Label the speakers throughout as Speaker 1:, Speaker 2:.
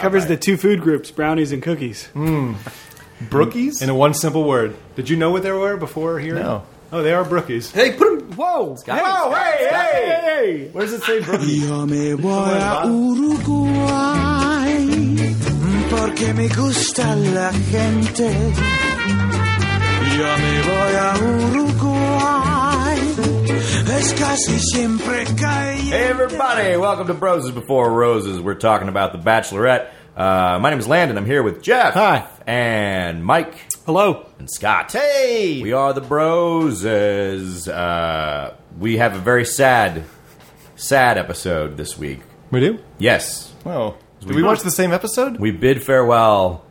Speaker 1: Covers
Speaker 2: right.
Speaker 1: the two food groups, brownies and cookies.
Speaker 3: Brookies?
Speaker 2: In a one simple word. Hmm. Did you know what they were before here?
Speaker 3: No.
Speaker 2: Oh, they are brookies.
Speaker 3: hey, put him. Whoa!
Speaker 2: Whoa, hey, hey!
Speaker 1: Hey!
Speaker 2: Where does it say brookie?
Speaker 4: Yo me voy a Uruguay porque me gusta la gente. Yo me voy a Uruguay, es casi siempre calle.
Speaker 3: Hey, everybody! Welcome to Broses Before Roses. We're talking about The Bachelorette. Uh, my name is Landon. I'm here with Jeff.
Speaker 2: Hi.
Speaker 3: And Mike.
Speaker 1: Hello.
Speaker 3: and Scott. Hey, we are the Broses. Uh, we have a very sad, sad episode this week.
Speaker 2: We do?
Speaker 3: Yes,
Speaker 2: Oh. Did we watch the same episode?
Speaker 3: we bid farewell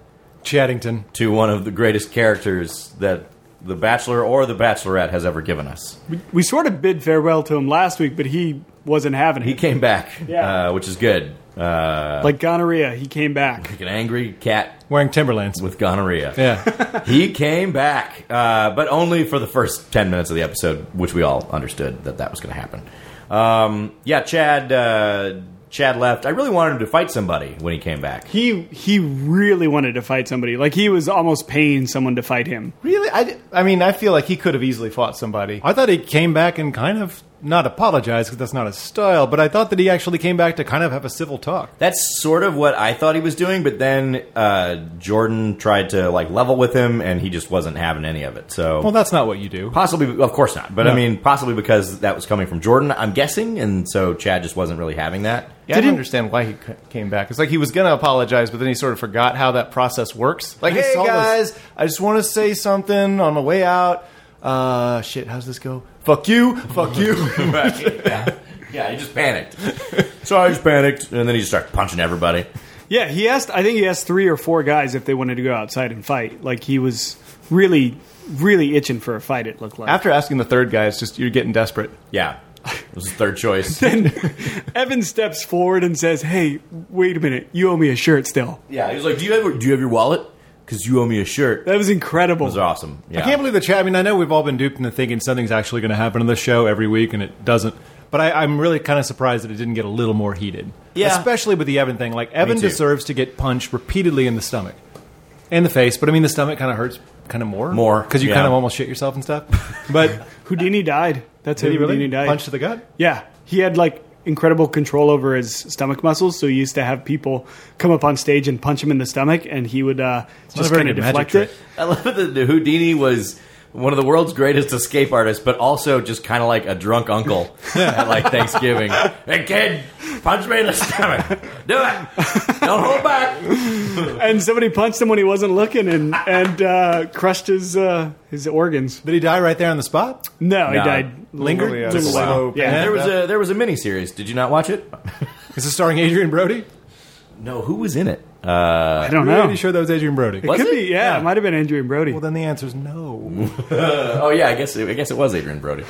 Speaker 2: Chattington.
Speaker 3: to one of the greatest characters that The Bachelor or The Bachelorette has ever given us.
Speaker 1: We sort of bid farewell to him last week, but he wasn't having
Speaker 3: He
Speaker 1: it.
Speaker 3: came back,
Speaker 1: Yeah.
Speaker 3: uh, which is good. Uh,
Speaker 1: like gonorrhea, he came back.
Speaker 3: like an angry cat
Speaker 2: Wearing Timberlands.
Speaker 3: with gonorrhea.
Speaker 2: Yeah.
Speaker 3: He came back, uh, but only for the first 10 minutes of the episode, which we all understood that that was going to happen. Um, yeah, Chad. Uh, Chad left. I really wanted him to fight somebody when he came back.
Speaker 1: He he really wanted to fight somebody. Like he was almost paying someone to fight him.
Speaker 2: really? I, di- I mean, I feel like he could have easily fought somebody. I thought he came back and kind of not apologized because that's not his style, but I thought that he actually came back to kind of have a civil talk.
Speaker 3: That's sort of what I thought he was doing, but then uh, Jordan tried to like level with him, and he just wasn't having any of it. So
Speaker 2: Well, that's not what you do.
Speaker 3: possibly, of course not. But I
Speaker 2: No.
Speaker 3: mean, possibly because that was coming from Jordan, I'm guessing, and so Chad just wasn't really having that.
Speaker 2: Yeah, I didn't
Speaker 1: Didn't-
Speaker 2: understand why he c- came back. It's like he was going to apologize, but then he sort of forgot how that process works. Like,
Speaker 3: I
Speaker 2: hey
Speaker 3: saw this-
Speaker 2: guys, I just want to say something on the way out. Uh, shit, how's this go? Fuck you, fuck you.
Speaker 3: yeah. yeah, he just panicked. so I just panicked, and then he just started punching everybody.
Speaker 1: Yeah, he asked. I think he asked three or four guys if they wanted to go outside and fight. Like he was really, really itching for a fight. It looked like.
Speaker 2: After asking the third guy, it's just you're getting desperate.
Speaker 3: Yeah, it was his third choice.
Speaker 1: Evan steps forward and says, "Hey, wait a minute. You owe me a shirt still."
Speaker 3: yeah, he was like, "Do you have do you have your wallet? Because you owe me a shirt." That
Speaker 1: That was incredible.
Speaker 3: was awesome. Yeah.
Speaker 2: I can't believe the chat. I mean, I know we've all been duped into thinking something's actually going to happen on the show every week, and it doesn't. But I, I'm really kind of surprised that it didn't get a little more heated.
Speaker 3: Yeah.
Speaker 2: Especially with the Evan thing. Like, Evan
Speaker 3: too.
Speaker 2: deserves to get punched repeatedly in the stomach and the face, but I mean, the stomach kind of hurts kind of more.
Speaker 3: More,
Speaker 2: Because you
Speaker 3: yeah.
Speaker 2: kind of almost shit yourself and stuff. But
Speaker 1: Houdini died. That's how
Speaker 2: did he
Speaker 1: Houdini
Speaker 2: really
Speaker 1: died.
Speaker 2: punch to the gut?
Speaker 1: Yeah, he had like incredible control over his stomach muscles. So he used to have people come up on stage and punch him in the stomach, and he would uh,
Speaker 2: not a
Speaker 1: just
Speaker 2: very
Speaker 1: kind of
Speaker 2: good magic
Speaker 1: deflect
Speaker 2: trick.
Speaker 1: it.
Speaker 3: I love that the Houdini was one of the world's greatest escape artists, but also just kind of like a drunk uncle at like Thanksgiving. hey kid, punch me in the stomach. Do it. Don't hold back.
Speaker 1: And somebody punched him when he wasn't looking, and and uh, crushed his uh, his organs.
Speaker 2: Did he die right there on the spot?
Speaker 1: No, he
Speaker 3: No.
Speaker 1: died.
Speaker 2: Lingered?
Speaker 1: Literally, uh,
Speaker 2: Took a
Speaker 1: slow
Speaker 2: while.
Speaker 1: pan.
Speaker 2: Yeah.
Speaker 3: There was a there was a mini series. Did you not watch it?
Speaker 2: Is this starring Adrian Brody?
Speaker 3: No, who was in it?
Speaker 1: I don't
Speaker 2: I'm
Speaker 1: know.
Speaker 2: pretty sure that was Adrian Brody.
Speaker 3: Was
Speaker 1: Could
Speaker 3: it?
Speaker 1: be, yeah,
Speaker 2: Yeah.
Speaker 1: It might have been Andrew and Brody.
Speaker 2: Well, then the answer's no.
Speaker 3: Oh yeah, I guess it, I guess it was Adrian Brody.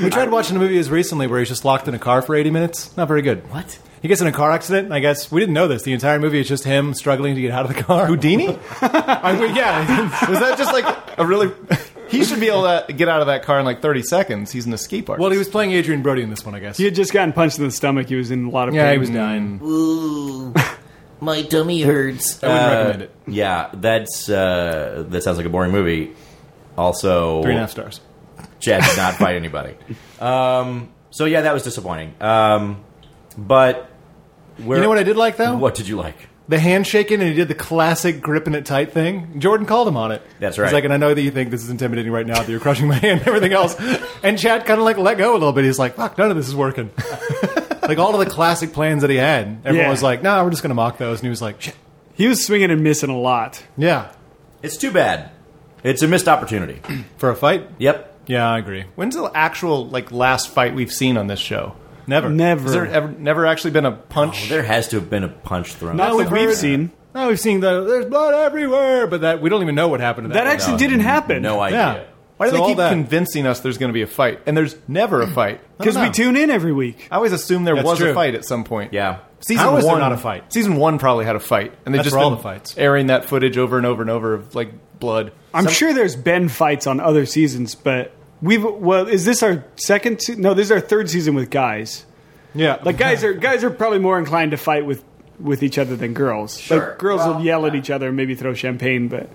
Speaker 2: We tried watching a movie as recently where he's just locked in a car for 80 minutes. Not very good.
Speaker 3: What?
Speaker 2: He gets in a car accident. and I guess we didn't know this. The entire movie is just him struggling to get out of the car. Houdini? I mean, yeah. Was that just like a really?
Speaker 5: He should be able to get out of that car in like 30 seconds. He's an escape artist.
Speaker 2: Well, he was playing Adrian Brody in this one, I guess.
Speaker 1: he had just gotten punched in the stomach. He was in a lot of pain.
Speaker 2: yeah, he was dying.
Speaker 6: Ooh, my tummy hurts.
Speaker 2: I wouldn't
Speaker 5: Uh,
Speaker 2: recommend it.
Speaker 3: Yeah, that's uh, that sounds like a boring movie. Also,
Speaker 2: Three and a half stars.
Speaker 3: Chad did not fight anybody. Um, so yeah, that was disappointing. Um, but where,
Speaker 2: You know what I did like though?
Speaker 3: What did you like?
Speaker 2: The handshaking and he did the classic gripping it tight thing. Jordan called him on it.
Speaker 3: That's
Speaker 2: He's
Speaker 3: right.
Speaker 2: like, and I know that you think this is intimidating right now, that you're crushing my hand and everything else. And Chad kind of like let go a little bit. He's like, fuck, none of this is working. like all of the classic plans that he had. Everyone
Speaker 1: Yeah.
Speaker 2: was like, nah, we're just going to mock those. And he was like, shit.
Speaker 1: He was swinging and missing a lot.
Speaker 2: Yeah.
Speaker 3: It's too bad. It's a missed opportunity.
Speaker 2: For a fight?
Speaker 3: yep.
Speaker 2: Yeah, I agree.
Speaker 5: When's the actual like last fight we've seen on this show?
Speaker 2: Never.
Speaker 1: Never.
Speaker 5: Has there ever never actually been a punch?
Speaker 3: Oh, There has to have been a punch thrown.
Speaker 1: Not what we've
Speaker 3: somewhere.
Speaker 1: seen.
Speaker 2: Now we've seen the there's blood everywhere, but that we don't even know what happened to that.
Speaker 1: That actually didn't happen.
Speaker 3: No
Speaker 2: yeah.
Speaker 3: idea.
Speaker 5: Why do
Speaker 2: So
Speaker 5: they
Speaker 2: all
Speaker 5: keep
Speaker 2: that-
Speaker 5: convincing us there's going to be a fight? And there's never a fight.
Speaker 1: Because we tune in every week.
Speaker 5: I always assume there
Speaker 2: That's
Speaker 5: was
Speaker 2: true.
Speaker 5: a fight at some point.
Speaker 3: Yeah.
Speaker 5: Season
Speaker 2: How is there
Speaker 5: one,
Speaker 2: not a fight?
Speaker 5: Season one probably had a fight, and they
Speaker 2: That's
Speaker 5: just
Speaker 2: where all
Speaker 5: been
Speaker 2: the fights.
Speaker 5: airing that footage over and over and over of like blood.
Speaker 1: I'm sure there's been fights on other seasons, but we've well, is this our second? Se- no, this is our third season with guys.
Speaker 2: Yeah.
Speaker 1: Like guys are guys are probably more inclined to fight with with each other than girls.
Speaker 3: Sure.
Speaker 1: Like girls
Speaker 3: Well,
Speaker 1: will yell at each other and maybe throw champagne, but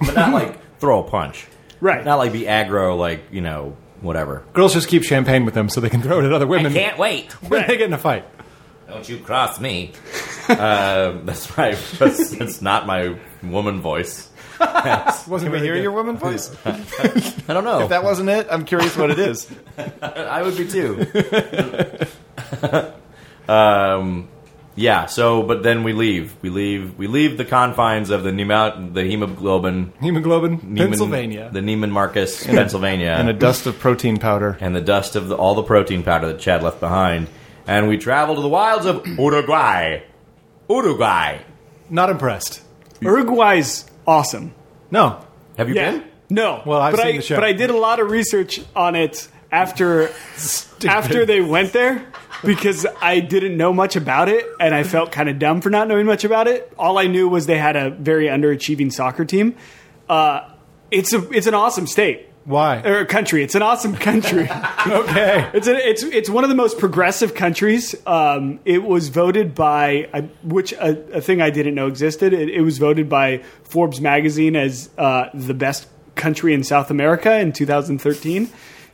Speaker 3: but not like throw a punch.
Speaker 1: Right.
Speaker 3: Not like be aggro, like, you know, whatever.
Speaker 2: Girls just keep champagne with them so they can throw it at other women
Speaker 3: wait.
Speaker 2: when they get in a fight.
Speaker 3: Don't you cross me. um, that's right. That's, that's not my woman voice.
Speaker 5: Can we hear your woman voice?
Speaker 3: I don't know.
Speaker 5: If that wasn't it, I'm curious what it is.
Speaker 3: I would be too. um, yeah. So, but then we leave. We leave. We leave the confines of the Nemo- the hemoglobin,
Speaker 2: Hemoglobin,
Speaker 3: Neiman-
Speaker 2: Pennsylvania.
Speaker 3: the Neiman Marcus,
Speaker 1: uh,
Speaker 3: Pennsylvania,
Speaker 5: And a dust of protein powder.
Speaker 3: and the dust of the, all the protein powder that Chad left behind, and we travel to the wilds of Uruguay. Uruguay.
Speaker 2: Not impressed.
Speaker 1: Uruguay's awesome.
Speaker 2: No.
Speaker 3: Have you
Speaker 1: Yeah.
Speaker 3: been?
Speaker 1: No.
Speaker 2: Well, I've
Speaker 1: but
Speaker 2: seen
Speaker 1: I,
Speaker 2: the show.
Speaker 1: But I did a lot of research on it after after they went there because I didn't know much about it and I felt kind of dumb for not knowing much about it. All I knew was they had a very underachieving soccer team. Uh, it's a it's an awesome state
Speaker 2: Why?
Speaker 1: or country. It's an awesome country.
Speaker 2: Okay.
Speaker 1: It's, a, it's, it's one of the most progressive countries. Um, it was voted by, I- which uh, a, a thing I didn't know existed, it, it was voted by Forbes magazine as uh, the best country in South America in 2013.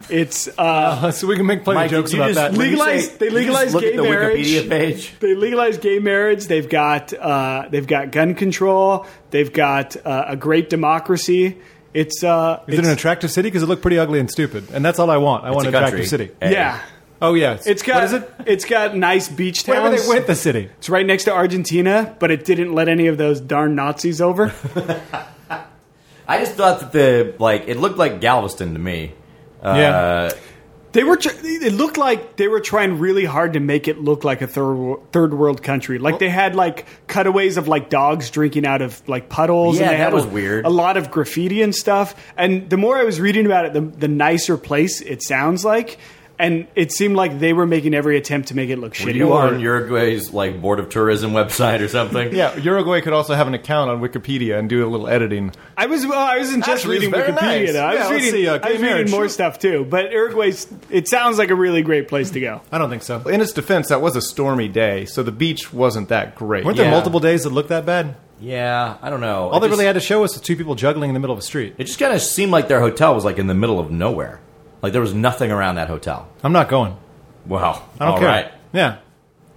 Speaker 1: It's uh,
Speaker 2: So we can make plenty of
Speaker 3: Mike,
Speaker 2: jokes
Speaker 3: did you
Speaker 2: about
Speaker 3: just
Speaker 2: that.
Speaker 3: when you
Speaker 1: Legalized- they
Speaker 3: did you just
Speaker 1: legalized
Speaker 3: look
Speaker 1: gay
Speaker 3: at the
Speaker 1: marriage.
Speaker 3: Wikipedia page.
Speaker 1: they legalize gay marriage. They've got uh, they've got gun control. They've got uh, a great democracy. It's uh,
Speaker 2: Is it
Speaker 1: it's-
Speaker 2: an attractive city? Because it looked pretty ugly and stupid. And that's all I want. I want
Speaker 3: a
Speaker 2: an attractive
Speaker 3: country.
Speaker 2: city.
Speaker 3: Eh.
Speaker 1: yeah.
Speaker 2: Oh, yeah. It's,
Speaker 1: It's got
Speaker 2: What is it?
Speaker 1: it's got nice beach towns.
Speaker 2: Wherever they went, the city.
Speaker 1: It's right next to Argentina, but it didn't let any of those darn Nazis over.
Speaker 3: I just thought that the like it looked like Galveston to me.
Speaker 2: Uh, yeah.
Speaker 1: They were. Tr- it looked like they were trying really hard to make it look like a third wo- third world country. Like they had like cutaways of like dogs drinking out of like puddles.
Speaker 3: Yeah,
Speaker 1: and they
Speaker 3: that
Speaker 1: had
Speaker 3: was
Speaker 1: a-
Speaker 3: weird.
Speaker 1: A lot of graffiti and stuff. And the more I was reading about it, the the nicer place it sounds like. And it seemed like they were making every attempt to make it look
Speaker 3: Were
Speaker 1: shitty.
Speaker 3: you on Uruguay's like board of tourism website or something?
Speaker 5: Yeah, Uruguay could also have an account on Wikipedia and do a little editing.
Speaker 1: I was well, I wasn't just
Speaker 5: Actually, it's
Speaker 1: reading
Speaker 5: very
Speaker 1: Wikipedia
Speaker 5: nice.
Speaker 1: though. I was
Speaker 2: Yeah, let's
Speaker 1: reading,
Speaker 2: see, uh,
Speaker 1: I was
Speaker 2: gay
Speaker 1: reading
Speaker 2: marriage.
Speaker 1: more stuff too. But Uruguay's it sounds like a really great place to go.
Speaker 2: I don't think so.
Speaker 5: In its defense, that was a stormy day, so the beach wasn't that great.
Speaker 2: Weren't
Speaker 3: Yeah.
Speaker 2: there multiple days that looked that bad?
Speaker 3: Yeah, I don't know.
Speaker 2: All
Speaker 3: it
Speaker 2: they
Speaker 3: just,
Speaker 2: really had to show us was two people juggling in the middle of a street.
Speaker 3: It just kind of seemed like their hotel was like in the middle of nowhere. Like there was nothing around that hotel.
Speaker 2: I'm not going.
Speaker 3: Well,
Speaker 2: I don't
Speaker 3: all
Speaker 2: care.
Speaker 3: right.
Speaker 2: Yeah.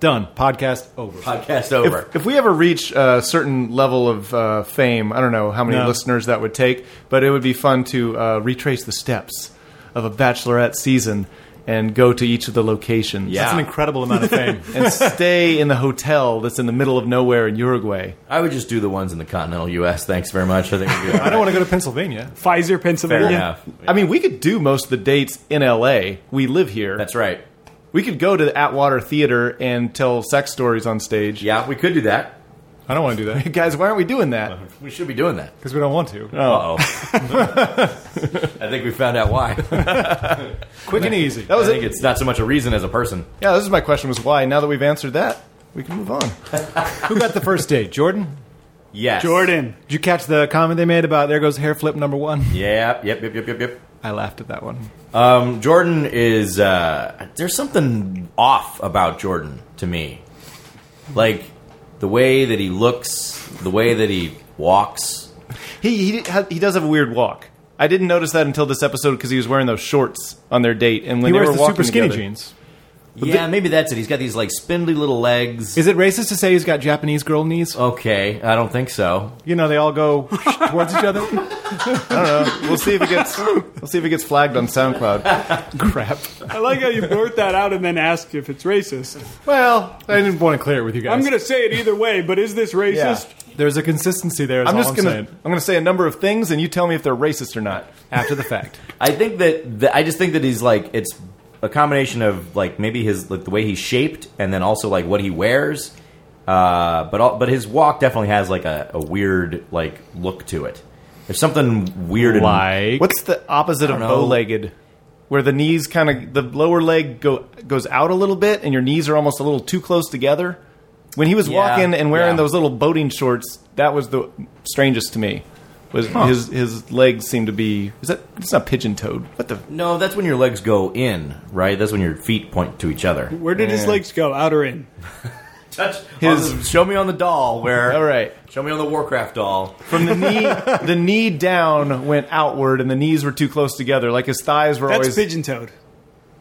Speaker 2: Done. Podcast over.
Speaker 3: Podcast over.
Speaker 5: If, if we ever reach a certain level of uh, fame, I don't know how many
Speaker 2: No.
Speaker 5: listeners that would take, but it would be fun to uh, retrace the steps of a bachelorette season and go to each of the locations.
Speaker 3: Yeah.
Speaker 2: That's an incredible amount of fame.
Speaker 5: and stay in the hotel that's in the middle of nowhere in Uruguay.
Speaker 3: I would just do the ones in the continental U.S. Thanks very much. I think we do.
Speaker 2: I don't want to go to Pennsylvania.
Speaker 1: Pfizer, Pennsylvania.
Speaker 3: Fair enough.
Speaker 5: I mean, we could do most of the dates in LA. We live here.
Speaker 3: That's right.
Speaker 5: We could go to the Atwater Theater and tell sex stories on stage.
Speaker 3: Yeah, we could do that.
Speaker 2: I don't want to do that
Speaker 5: Guys, why aren't we doing that?
Speaker 3: We should be doing that.
Speaker 2: because we don't want to.
Speaker 3: Uh oh. I think we found out why.
Speaker 2: Quick and easy.
Speaker 5: That was
Speaker 3: I think
Speaker 5: it.
Speaker 3: it's not so much a reason as a person.
Speaker 5: Yeah, this is my question was why. Now that we've answered that, we can move on.
Speaker 2: Who got the first date? Jordan?
Speaker 3: Yes.
Speaker 1: Jordan.
Speaker 2: Did you catch the comment they made about there goes hair flip number one?
Speaker 3: Yep. Yep. Yep. Yep. Yep. Yep.
Speaker 5: I laughed at that one.
Speaker 3: Um, Jordan is uh, there's something off about Jordan to me, like the way that he looks, the way that he walks.
Speaker 5: He he ha- he does have a weird walk. I didn't notice that until this episode because he was wearing those shorts on their date, and when
Speaker 2: He
Speaker 5: they
Speaker 2: wears
Speaker 5: were
Speaker 2: the
Speaker 5: walking
Speaker 2: super skinny
Speaker 5: together-
Speaker 2: jeans.
Speaker 3: yeah, maybe that's it. He's got these like spindly little legs.
Speaker 2: Is it racist to say he's got Japanese girl knees?
Speaker 3: okay, I don't think so.
Speaker 2: You know, they all go towards each other.
Speaker 5: We'll see if it gets we'll see if it gets flagged on SoundCloud.
Speaker 2: Crap.
Speaker 1: I like how you blurt that out and then ask if it's racist.
Speaker 2: Well, I didn't want to clear it with you guys.
Speaker 1: I'm going to say it either way, but is this racist?
Speaker 2: There's a consistency there. is
Speaker 5: I'm
Speaker 2: all
Speaker 5: just gonna
Speaker 2: saying.
Speaker 5: I'm gonna say a number of things, and you tell me if they're racist or not.
Speaker 2: after the fact.
Speaker 3: I think that, that I just think that he's like it's a combination of like maybe his like the way he's shaped and then also like what he wears. Uh, but all, but his walk definitely has like a, a weird like look to it. There's something weird and-
Speaker 5: What's the opposite of
Speaker 3: don't know.
Speaker 5: bow legged? Where the knees kind of the lower leg go goes out a little bit, and your knees are almost a little too close together. When he was
Speaker 3: Yeah,
Speaker 5: walking and wearing
Speaker 3: yeah.
Speaker 5: those little boating shorts, that was the strangest to me. Was his his legs seemed to be is that it's not pigeon toed? What the
Speaker 3: No, that's when your legs go in, right? That's when your feet point to each other.
Speaker 1: Where did his legs go? Out or in?
Speaker 3: Touch
Speaker 5: His-
Speaker 3: on the- show me on the doll where.
Speaker 5: All right.
Speaker 3: Show me on the Warcraft doll.
Speaker 5: From the knee, the knee down went outward, and the knees were too close together. Like his thighs were
Speaker 1: That's
Speaker 5: always
Speaker 1: pigeon toed.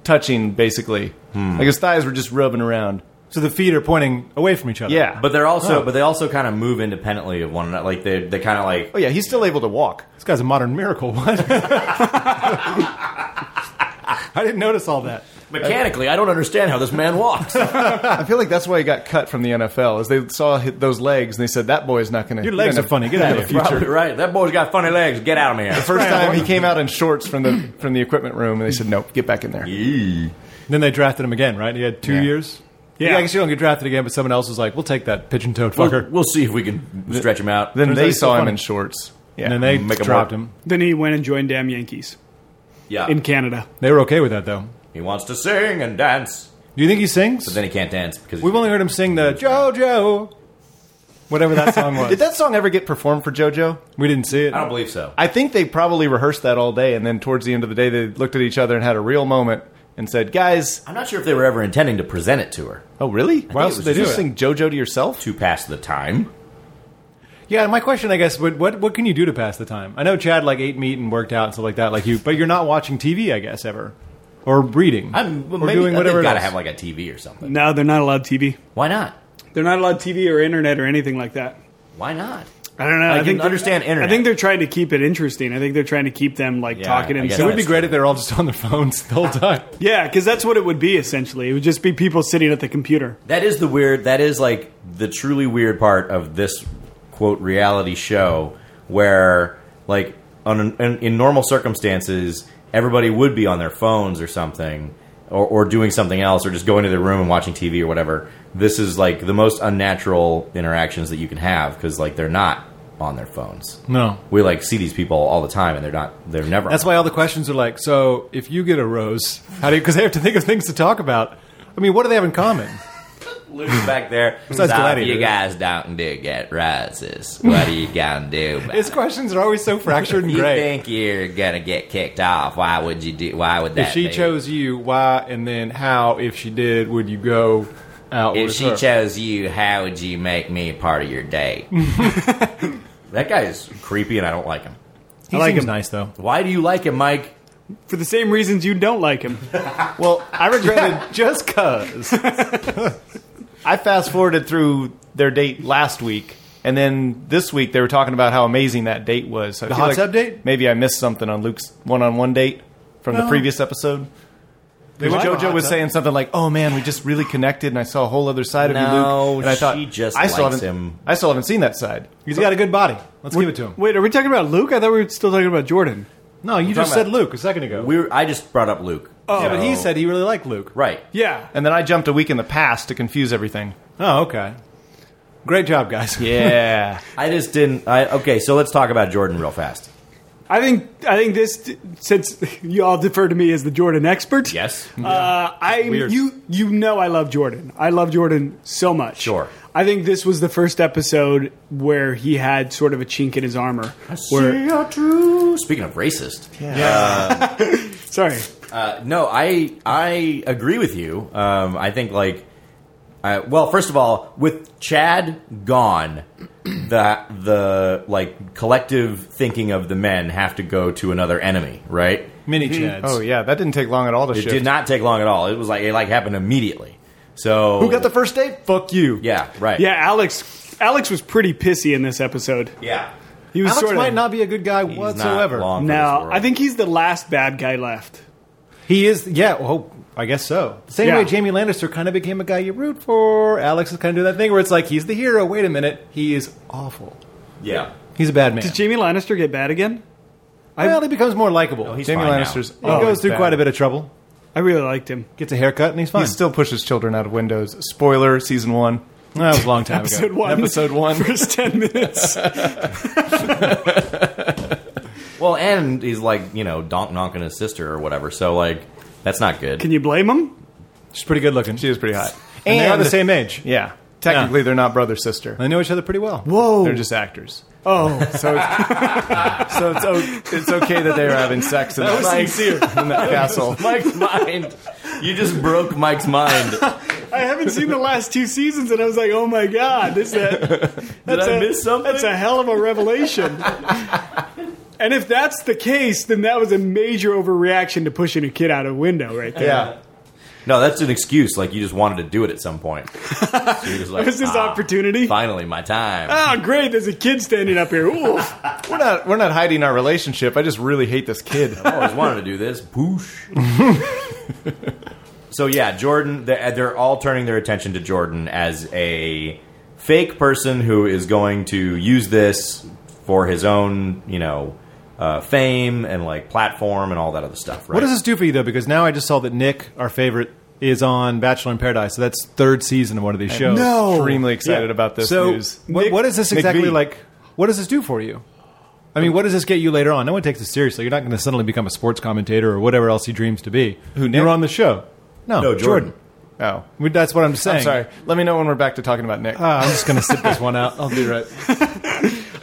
Speaker 5: touching, basically. Like his thighs were just rubbing around.
Speaker 2: So the feet are pointing away from each other.
Speaker 5: Yeah,
Speaker 3: But they're also, but they also kind of move independently of one another. Like they, they kind of like
Speaker 5: oh yeah, he's still able to walk.
Speaker 2: This guy's a modern miracle. What? I didn't notice all that.
Speaker 3: mechanically. I don't understand how this man walks.
Speaker 5: I feel like that's why he got cut from the NFL, is they saw hi- those legs and they said that boy's not going to.
Speaker 2: Your legs are funny. Get out of here.
Speaker 3: Probably right. That boy's got funny legs. Get out of
Speaker 5: The
Speaker 3: here.
Speaker 5: first time he came out in shorts from the from the equipment room, and they said, "Nope, get back in there."
Speaker 3: Eee.
Speaker 2: Then they drafted him again, right? He had two
Speaker 5: Yeah.
Speaker 2: years.
Speaker 1: Yeah.
Speaker 2: I guess you don't get drafted again, but someone else was like, "We'll take that pigeon-toed
Speaker 3: We'll,
Speaker 2: fucker."
Speaker 3: we'll see if we can stretch him out.
Speaker 5: Then
Speaker 2: Turns out
Speaker 5: they
Speaker 2: he's still
Speaker 5: saw him
Speaker 2: funny.
Speaker 5: in shorts. Yeah,
Speaker 2: and then they
Speaker 3: Make him
Speaker 2: dropped
Speaker 3: work.
Speaker 2: him.
Speaker 1: Then he went and joined Damn Yankees
Speaker 3: yeah,
Speaker 1: in Canada.
Speaker 2: They were okay with that, though.
Speaker 3: he wants to sing and dance,
Speaker 2: Do you think he sings?
Speaker 3: but then he can't dance because
Speaker 2: We've only heard him sing the JoJo, whatever that song was.
Speaker 5: did that song ever get performed for JoJo?
Speaker 2: we didn't see it.
Speaker 3: I don't believe so.
Speaker 5: I think they probably rehearsed that all day, and then towards the end of the day, they looked at each other and had a real moment and said, "Guys,
Speaker 3: I'm not sure if they were ever intending to present it to her.
Speaker 5: oh really?
Speaker 2: Why else
Speaker 3: it was
Speaker 2: did they do
Speaker 5: You
Speaker 2: it?
Speaker 5: sing JoJo to yourself?
Speaker 3: To pass the time,
Speaker 2: Yeah, my question, I guess, would, what what can you do to pass the time? I know Chad like ate meat and worked out and stuff like that, like you, but you're not watching TV, I guess, ever, or reading,
Speaker 3: I'm well,
Speaker 2: or
Speaker 3: maybe, uh,
Speaker 2: doing whatever.
Speaker 3: They've got to
Speaker 2: else.
Speaker 3: have like a TV or something.
Speaker 1: No, they're not allowed TV.
Speaker 3: Why not?
Speaker 1: They're not allowed TV or internet or anything like that.
Speaker 3: Why not?
Speaker 1: I don't know.
Speaker 3: I
Speaker 1: I,
Speaker 3: can
Speaker 1: think they're-
Speaker 3: understand internet.
Speaker 1: I think they're trying to keep it interesting. I think they're trying to keep them like
Speaker 3: Yeah,
Speaker 1: talking
Speaker 3: I guess
Speaker 1: and
Speaker 2: it
Speaker 1: so
Speaker 2: would be great if they're all just on their phones the whole time.
Speaker 1: yeah, because that's what it would be essentially. It would just be people sitting at the computer.
Speaker 3: That is the weird. That is like the truly weird part of this quote reality show, where like on in, in normal circumstances, everybody would be on their phones or something, or, or doing something else, or just going to their room and watching TV or whatever. This is like the most unnatural interactions that you can have because like they're not on their phones.
Speaker 2: No,
Speaker 3: We like see these people all the time, and they're not. They're never.
Speaker 2: That's why all the questions are like, so if you get a rose, how do you, because they have to think of things to talk about. I mean, what do they have in common?
Speaker 3: Luke's back there.
Speaker 2: Besides
Speaker 3: "Some of
Speaker 2: Gladiator."
Speaker 3: you guys don't do get rises. What are you gonna do? about
Speaker 2: His questions are always so fractured and
Speaker 3: you
Speaker 2: great.
Speaker 3: think you're gonna get kicked off? Why would you do? Why would that?
Speaker 2: If she
Speaker 3: be?
Speaker 2: chose you, why, and then how, if she did, would you go out
Speaker 3: if
Speaker 2: with
Speaker 3: she
Speaker 2: her?
Speaker 3: chose you, how would you make me part of your date? that guy is creepy, and I don't like him.
Speaker 2: he
Speaker 1: I like
Speaker 2: seems
Speaker 1: him.
Speaker 2: nice, though.
Speaker 3: Why do you like him, Mike?
Speaker 1: For the same reasons you don't like him.
Speaker 5: Well, I regretted just cause. I fast forwarded through their date last week, and then this week they were talking about how amazing that date was. So I
Speaker 2: The
Speaker 5: feel
Speaker 2: hot tub date?
Speaker 5: Maybe I missed something on Luke's one-on-one date from the previous episode.
Speaker 2: were like the
Speaker 5: JoJo
Speaker 2: hot
Speaker 5: was
Speaker 2: tub.
Speaker 5: saying something like, "Oh man, we just really connected, and I saw a whole other side of
Speaker 3: No,
Speaker 5: you, Luke." And I thought,
Speaker 3: she just
Speaker 5: I still
Speaker 3: likes
Speaker 5: haven't-
Speaker 3: him.
Speaker 5: I still haven't seen that side.
Speaker 2: He's got a good body. Let's give it to him.
Speaker 1: Wait, are we talking about Luke? I thought we were still talking about Jordan.
Speaker 2: No, you just
Speaker 3: talking
Speaker 2: said Luke a second ago.
Speaker 3: We were, I just brought up Luke. Oh,
Speaker 2: yeah, but he said he really liked Luke.
Speaker 3: right.
Speaker 1: Yeah.
Speaker 5: And then I jumped a week in the past to confuse everything.
Speaker 2: Oh, okay. Great job, guys.
Speaker 5: Yeah,
Speaker 3: I just didn't. I okay. So let's talk about Jordan real fast.
Speaker 1: I think I think this since you all defer to me as the Jordan expert.
Speaker 3: Yes.
Speaker 1: Uh, I
Speaker 2: Weird.
Speaker 1: you you know I love Jordan. I love Jordan so much.
Speaker 3: Sure.
Speaker 1: I think this was the first episode where he had sort of a chink in his armor. Where,
Speaker 3: Speaking of racist,
Speaker 1: sorry.
Speaker 3: Uh, no, I I agree with you. Um, I think like, uh, well, first of all, with Chad gone, the the like collective thinking of the men have to go to another enemy, right?
Speaker 2: Mini Chads.
Speaker 5: oh yeah, that didn't take long at all to
Speaker 3: It
Speaker 5: shift.
Speaker 3: did not take long at all. It was like it like happened immediately. So
Speaker 5: Who got the first date? Fuck you.
Speaker 3: yeah right
Speaker 1: Yeah, Alex Alex was pretty pissy in this episode.
Speaker 3: yeah.
Speaker 1: He was
Speaker 2: Alex
Speaker 1: sort of
Speaker 2: might not be a good guy
Speaker 3: He's not
Speaker 2: whatsoever.
Speaker 3: long for this
Speaker 1: No,
Speaker 3: world.
Speaker 1: I think he's the last bad guy left.
Speaker 2: He is, yeah. Well, I guess so. Same
Speaker 1: Yeah.
Speaker 2: way Jamie Lannister kind of became a guy you root for. Alex is kind of doing that thing where it's like he's the hero. Wait a minute, he is awful.
Speaker 3: yeah.
Speaker 2: He's a bad man.
Speaker 1: Did Jamie Lannister get bad again?
Speaker 2: well, he becomes more likable.
Speaker 3: No, he's
Speaker 5: Jamie
Speaker 3: fine now.
Speaker 5: Lannister's.
Speaker 2: he goes through quite a bit of trouble.
Speaker 1: I really liked him.
Speaker 2: Gets a haircut and he's fine.
Speaker 5: He still pushes children out of windows. Spoiler: season one.
Speaker 2: that was a long time
Speaker 1: Episode
Speaker 2: ago.
Speaker 1: one.
Speaker 5: Episode one.
Speaker 1: First ten minutes.
Speaker 3: Well, and he's like you know donk knocking his sister or whatever. So like that's not good.
Speaker 1: Can you blame him?
Speaker 2: She's pretty good looking.
Speaker 5: She is pretty hot.
Speaker 2: and, they are the
Speaker 5: And-
Speaker 2: same age.
Speaker 5: Yeah. Technically, they're not brother sister.
Speaker 2: They know each other pretty well.
Speaker 1: Whoa.
Speaker 5: They're just actors.
Speaker 1: Oh,
Speaker 5: So, it's, so it's o- it's okay that they are having sex in that,
Speaker 3: was sincere.
Speaker 5: in that castle.
Speaker 3: Mike's mind. You just broke Mike's mind.
Speaker 1: I haven't seen the last two seasons, and I was like, oh my god, this that. That's
Speaker 3: I miss something?
Speaker 1: That's a hell of a revelation. and if that's the case, then that was a major overreaction to pushing a kid out a window right there.
Speaker 5: Yeah.
Speaker 3: No, that's an excuse. Like you just wanted to do it at some point. So you're just like,
Speaker 1: This is
Speaker 3: "Ah,
Speaker 1: opportunity.
Speaker 3: Finally, my time.
Speaker 1: Oh, great! There's a kid standing up here. Oof.
Speaker 5: We're not we're not hiding our relationship. I just really hate this kid.
Speaker 3: I always wanted to do this. Boosh. so yeah, Jordan. They're, they're all turning their attention to Jordan as a fake person who is going to use this for his own, you know, uh, fame and like platform and all that other stuff. Right?
Speaker 2: What does this do for you though? Because now I just saw that Nick, our favorite, is on Bachelor in Paradise. So that's third season of one of these shows.
Speaker 1: No.
Speaker 5: Extremely excited about this
Speaker 2: Uh, so
Speaker 5: news.
Speaker 2: what-
Speaker 1: Nick-
Speaker 2: what is this
Speaker 5: Nick
Speaker 2: exactly
Speaker 5: V.
Speaker 2: like? What does this do for you? I mean, what does this get you later on? No one takes this seriously. You're not going to suddenly become a sports commentator or whatever else he dreams to be. Who
Speaker 5: Nick?
Speaker 2: You're on the show. No,
Speaker 3: No, Jordan.
Speaker 5: Oh.
Speaker 2: I mean, that's what I'm saying.
Speaker 5: I'm sorry. Let me know when we're back to talking about Nick.
Speaker 2: Uh, I'm just going to sit this one out. I'll be right.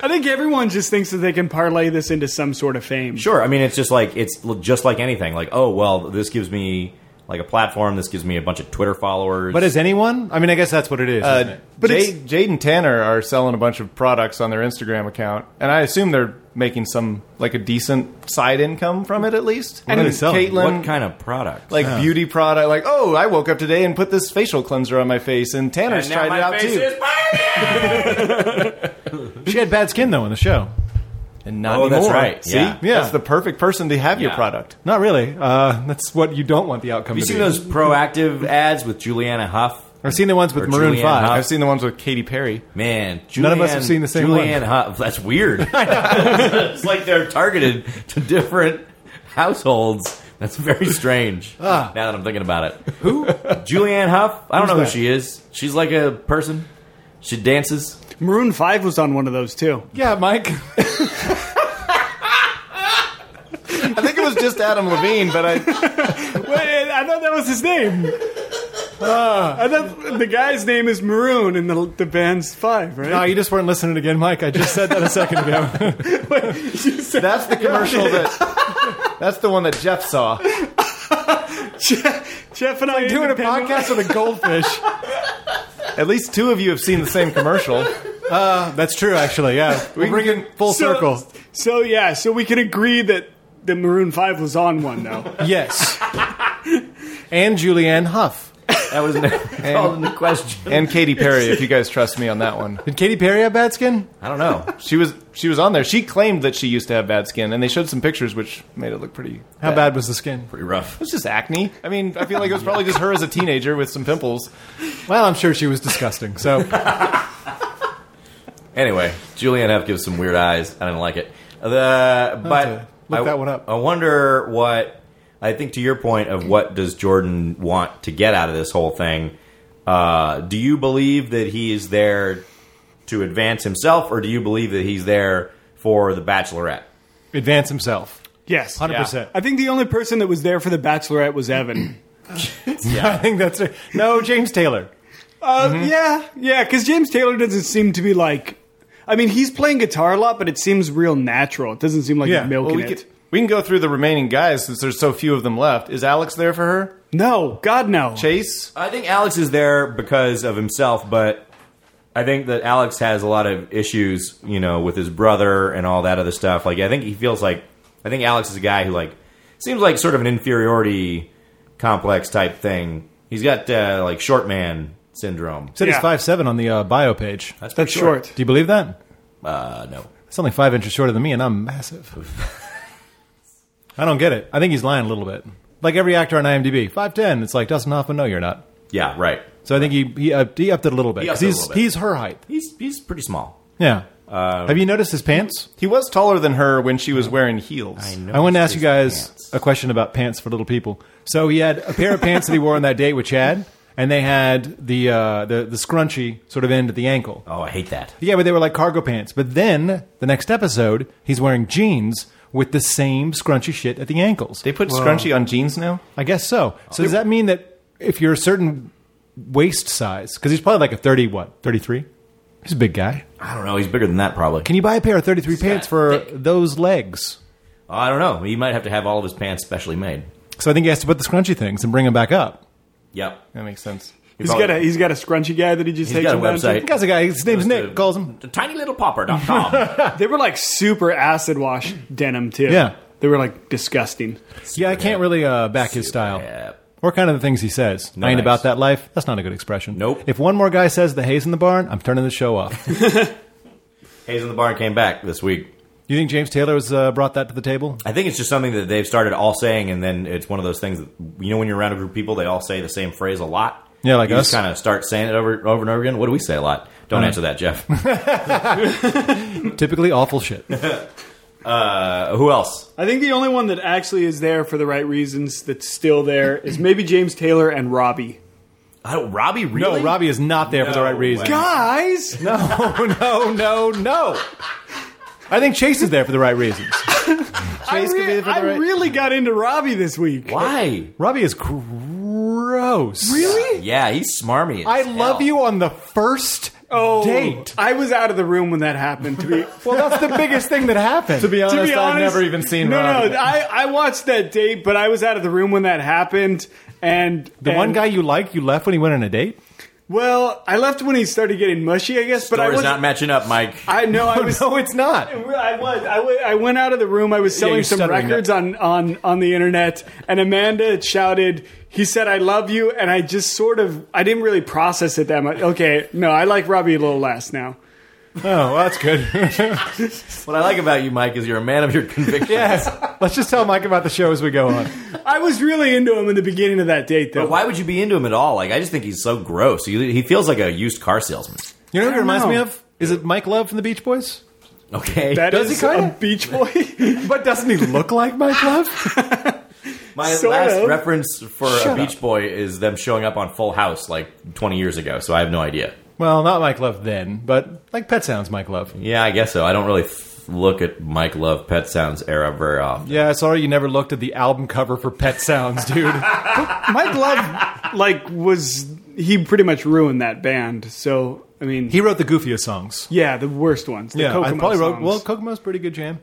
Speaker 1: I think everyone just thinks that they can parlay this into some sort of fame.
Speaker 3: Sure. I mean, it's just like it's l- just like anything. Like, oh well, this gives me like a platform. This gives me a bunch of Twitter followers.
Speaker 2: But is anyone? I mean, I guess that's what it is. isn't
Speaker 5: Uh,
Speaker 2: it?
Speaker 5: but Jade, Jade and Tanner are selling a bunch of products on their Instagram account, and I assume they're making some like a decent side income from it at least.
Speaker 2: are
Speaker 5: and
Speaker 2: they selling?
Speaker 5: Caitlin,
Speaker 3: what kind of product?
Speaker 5: like beauty product, like oh, I woke up today and put this facial cleanser on my face, and Tanner's
Speaker 3: And now
Speaker 5: tried
Speaker 3: my
Speaker 5: it out
Speaker 3: face
Speaker 5: too,
Speaker 3: is burning!
Speaker 2: She had bad skin though in the show.
Speaker 5: and not
Speaker 3: Oh, that's
Speaker 5: anymore.
Speaker 3: right.
Speaker 5: See,
Speaker 3: Yeah.
Speaker 2: Yeah.
Speaker 5: that's the perfect person to have your
Speaker 3: Yeah.
Speaker 5: product.
Speaker 2: Not really. Uh, that's what you don't want the outcome
Speaker 3: Have you
Speaker 2: to
Speaker 3: seen
Speaker 2: be.
Speaker 3: those proactive ads with Juliana Huff?
Speaker 2: I've seen the ones with
Speaker 3: Or
Speaker 2: Maroon
Speaker 3: Julianne
Speaker 2: Five.
Speaker 3: Hough.
Speaker 5: I've seen the ones with Katy Perry.
Speaker 3: Man, Julianne,
Speaker 2: None of us have seen the same
Speaker 3: Julianne Huff. That's weird. it's like they're targeted to different households. That's very strange. Now that I'm thinking about it, who Julianne Huff? I don't know
Speaker 2: that?
Speaker 3: who she is. She's like a person. She dances.
Speaker 1: Maroon Five was on one of those too.
Speaker 2: Yeah, Mike.
Speaker 5: I think it was just Adam Levine, but I
Speaker 1: Wait, I thought that was his name.
Speaker 3: Ah.
Speaker 1: I thought the guy's name is Maroon and the, the band's Five, right?
Speaker 2: no, Oh, you just weren't listening again, Mike. I just said that a second ago.
Speaker 5: that's the commercial that that's the one that Jeff saw.
Speaker 1: Jeff, Jeff and I
Speaker 2: Doing a
Speaker 1: independent-
Speaker 2: podcast with a goldfish.
Speaker 5: At least two of you have seen the same commercial.
Speaker 2: Uh, That's true, actually. Yeah, we bring it full
Speaker 1: So-
Speaker 2: circle.
Speaker 1: So yeah, so we can agree that the Maroon Five was on one though.
Speaker 2: Yes. and Julianne Huff
Speaker 3: That was never called into question.
Speaker 5: and Katy Perry, if you guys trust me on that one.
Speaker 2: did Katy Perry have bad skin?
Speaker 3: I don't know.
Speaker 5: She was she was on there. She claimed that she used to have bad skin, and they showed some pictures which made it look pretty.
Speaker 2: How bad was the skin?
Speaker 3: Pretty rough.
Speaker 5: It was just acne. I mean, I feel like it was probably just her as a teenager with some pimples.
Speaker 2: Well, I'm sure she was disgusting. So
Speaker 3: Anyway, Julianne Huff gives some weird eyes. I didn't like it. The
Speaker 2: to
Speaker 3: but
Speaker 2: look
Speaker 3: I-
Speaker 2: that one up.
Speaker 3: I wonder what I think to your point of what does Jordan want to get out of this whole thing? Uh, do you believe that he is there to advance himself, or do you believe that he's there for the Bachelorette?
Speaker 2: advance himself.
Speaker 1: Yes,
Speaker 2: 100%.
Speaker 1: I think the only person that was there for the Bachelorette was
Speaker 2: Mm-hmm.
Speaker 1: Evan.
Speaker 2: I think that's it. No, James Taylor.
Speaker 1: Uh, Yeah, yeah, because James Taylor doesn't seem to be like. I mean, he's playing guitar a lot, but it seems real natural. It doesn't seem like
Speaker 2: Yeah,
Speaker 1: he's milking
Speaker 5: Well, we
Speaker 1: it.
Speaker 5: can, we can go through the remaining guys since there's so few of them left. Is Alex there for her?
Speaker 1: No, God, no.
Speaker 5: Chase?
Speaker 3: I think Alex is there because of himself, but I think that Alex has a lot of issues, you know, with his brother and all that other stuff. Like, I think he feels like I think Alex is a guy who like seems like sort of an inferiority complex type thing. He's got uh, like short man syndrome.
Speaker 2: Said he's
Speaker 1: Yeah.
Speaker 2: five seven on the uh, bio page.
Speaker 3: That's pretty
Speaker 1: That's short.
Speaker 2: Do you believe that?
Speaker 3: Uh, no,
Speaker 2: It's only five inches shorter than me, and I'm massive. I don't get it. I think he's lying a little bit. Like every actor on IMDb, five ten. It's like Dustin Hoffman. No, you're not.
Speaker 3: yeah, right.
Speaker 2: So I think he he upped, he upped it a little bit.
Speaker 3: He
Speaker 2: 'cause
Speaker 3: upped it a
Speaker 2: he's
Speaker 3: little bit.
Speaker 2: he's her height. Um,
Speaker 3: He's he's pretty small.
Speaker 2: Yeah. Have you noticed his pants?
Speaker 5: He was taller than her when she was wearing heels.
Speaker 2: I want to ask you guys a question about pants for little people. So he had a pair of pants that he wore on that date with Chad, and they had the uh, the the scrunchy sort of end at the ankle.
Speaker 3: Oh, I hate that.
Speaker 2: Yeah, but they were like cargo pants. But then the next episode, he's wearing jeans with the same scrunchy shit at the ankles.
Speaker 5: They put scrunchy on jeans now?
Speaker 2: I guess so. So does that mean that if you're a certain waist size, because he's probably like a thirty what thirty three, he's a big guy.
Speaker 3: I don't know. He's bigger than that probably.
Speaker 2: Can you buy a pair of thirty three pants for
Speaker 3: thick.
Speaker 2: those legs?
Speaker 3: I don't know. He might have to have all of his pants specially made.
Speaker 2: So I think he has to put the scrunchy things and bring them back up.
Speaker 3: Yep.
Speaker 5: That makes sense.
Speaker 1: He's got a he's got a scrunchy guy that he just
Speaker 3: He's
Speaker 1: takes
Speaker 3: got a
Speaker 1: him down to.
Speaker 3: website.
Speaker 2: Guy's a guy. His name's Nick. Calls him.
Speaker 3: tinylittlepopper.com.
Speaker 1: They were like super acid wash denim too.
Speaker 2: Yeah.
Speaker 1: They were like disgusting.
Speaker 2: Yeah, I can't really uh, back his style.
Speaker 3: yeah.
Speaker 2: Or kind of the things he says. I ain't
Speaker 3: Nice.
Speaker 2: about that life. That's not a good expression.
Speaker 3: Nope.
Speaker 2: If one more guy says the hay's in the barn, I'm turning the show off.
Speaker 3: Hayes in the Barn came back this week.
Speaker 2: you think James Taylor has uh, brought that to the table?
Speaker 3: I think it's just something that they've started all saying, and then it's one of those things that you know when you're around a group of people, they all say the same phrase a lot.
Speaker 2: Yeah, like
Speaker 3: you
Speaker 2: us. Uh-huh.
Speaker 3: just kind of start saying it over over and over again. What do we say a lot? Don't answer that, Jeff.
Speaker 2: Typically awful shit.
Speaker 3: Uh, who else?
Speaker 1: I think the only one that actually is there for the right reasons that's still there is maybe James Taylor and Robbie.
Speaker 3: I don't, Oh, Robbie. Really?
Speaker 2: No, Robbie is not there for the
Speaker 3: No
Speaker 2: right reason.
Speaker 3: way.
Speaker 1: Guys,
Speaker 2: No, no, no, no. I think Chase is there for the right reasons.
Speaker 1: I,
Speaker 2: Chase could be
Speaker 1: re-
Speaker 2: there for the
Speaker 1: I
Speaker 2: right-
Speaker 1: really got into Robbie this week.
Speaker 3: Why?
Speaker 2: Robbie is gross.
Speaker 1: Really?
Speaker 3: Yeah, he's smarmy. as
Speaker 2: I
Speaker 3: hell.
Speaker 2: love you on the first
Speaker 1: Oh,
Speaker 2: date.
Speaker 1: I was out of the room when that happened. To be
Speaker 2: Well, that's the biggest thing that happened.
Speaker 5: To be honest,
Speaker 1: to be honest,
Speaker 5: I've never even seen
Speaker 1: No,
Speaker 5: Robbie.
Speaker 1: no, I, I watched that date, but I was out of the room when that happened. And
Speaker 2: the
Speaker 1: and-
Speaker 2: one guy you like, you left when he went on a date.
Speaker 1: Well, I left when he started getting mushy, I guess. But I
Speaker 3: Doors
Speaker 1: was
Speaker 3: not matching up, Mike.
Speaker 1: I know I was.
Speaker 2: No, it's not.
Speaker 1: I was. I, w- I went out of the room. I was selling
Speaker 2: you're
Speaker 1: some
Speaker 2: stuttering
Speaker 1: records
Speaker 2: now.
Speaker 1: on, on, on the internet, and Amanda shouted, He said, I love you. And I just sort of, I didn't really process it that much. Okay, no, I like Robbie a little less now.
Speaker 2: Oh, well, that's good.
Speaker 3: What I like about you, Mike, is you're a man of your convictions.
Speaker 2: yes. Let's just tell Mike about the show as we go on.
Speaker 1: I was really into him in the beginning of that date, though.
Speaker 3: But why would you be into him at all? Like, I just think he's so gross. He, he feels like a used car salesman.
Speaker 2: You know who
Speaker 1: I
Speaker 2: it reminds
Speaker 1: don't
Speaker 2: me
Speaker 1: know.
Speaker 2: of? Is it Mike Love from the Beach Boys?
Speaker 3: Okay.
Speaker 1: That
Speaker 2: Does he
Speaker 1: is
Speaker 2: kinda?
Speaker 1: a beach boy.
Speaker 2: But doesn't he look like Mike Love?
Speaker 3: My
Speaker 1: Sort
Speaker 3: last
Speaker 1: of.
Speaker 3: reference for
Speaker 2: Shut
Speaker 3: a Beach Boy is them showing up on Full House like 20 years ago, so I have no idea.
Speaker 2: well, not Mike Love then, but like Pet Sounds Mike Love.
Speaker 3: Yeah, I guess so. I don't really f- look at Mike Love Pet Sounds era very often.
Speaker 2: Yeah, sorry you never looked at the album cover for Pet Sounds, dude.
Speaker 1: Mike Love, like, was, he pretty much ruined that band. So, I mean,
Speaker 2: he wrote the goofiest songs.
Speaker 1: yeah, the worst ones. The
Speaker 2: yeah,
Speaker 1: Kokomo
Speaker 2: I probably wrote.
Speaker 1: songs.
Speaker 2: Well, Kokomo's a pretty good jam.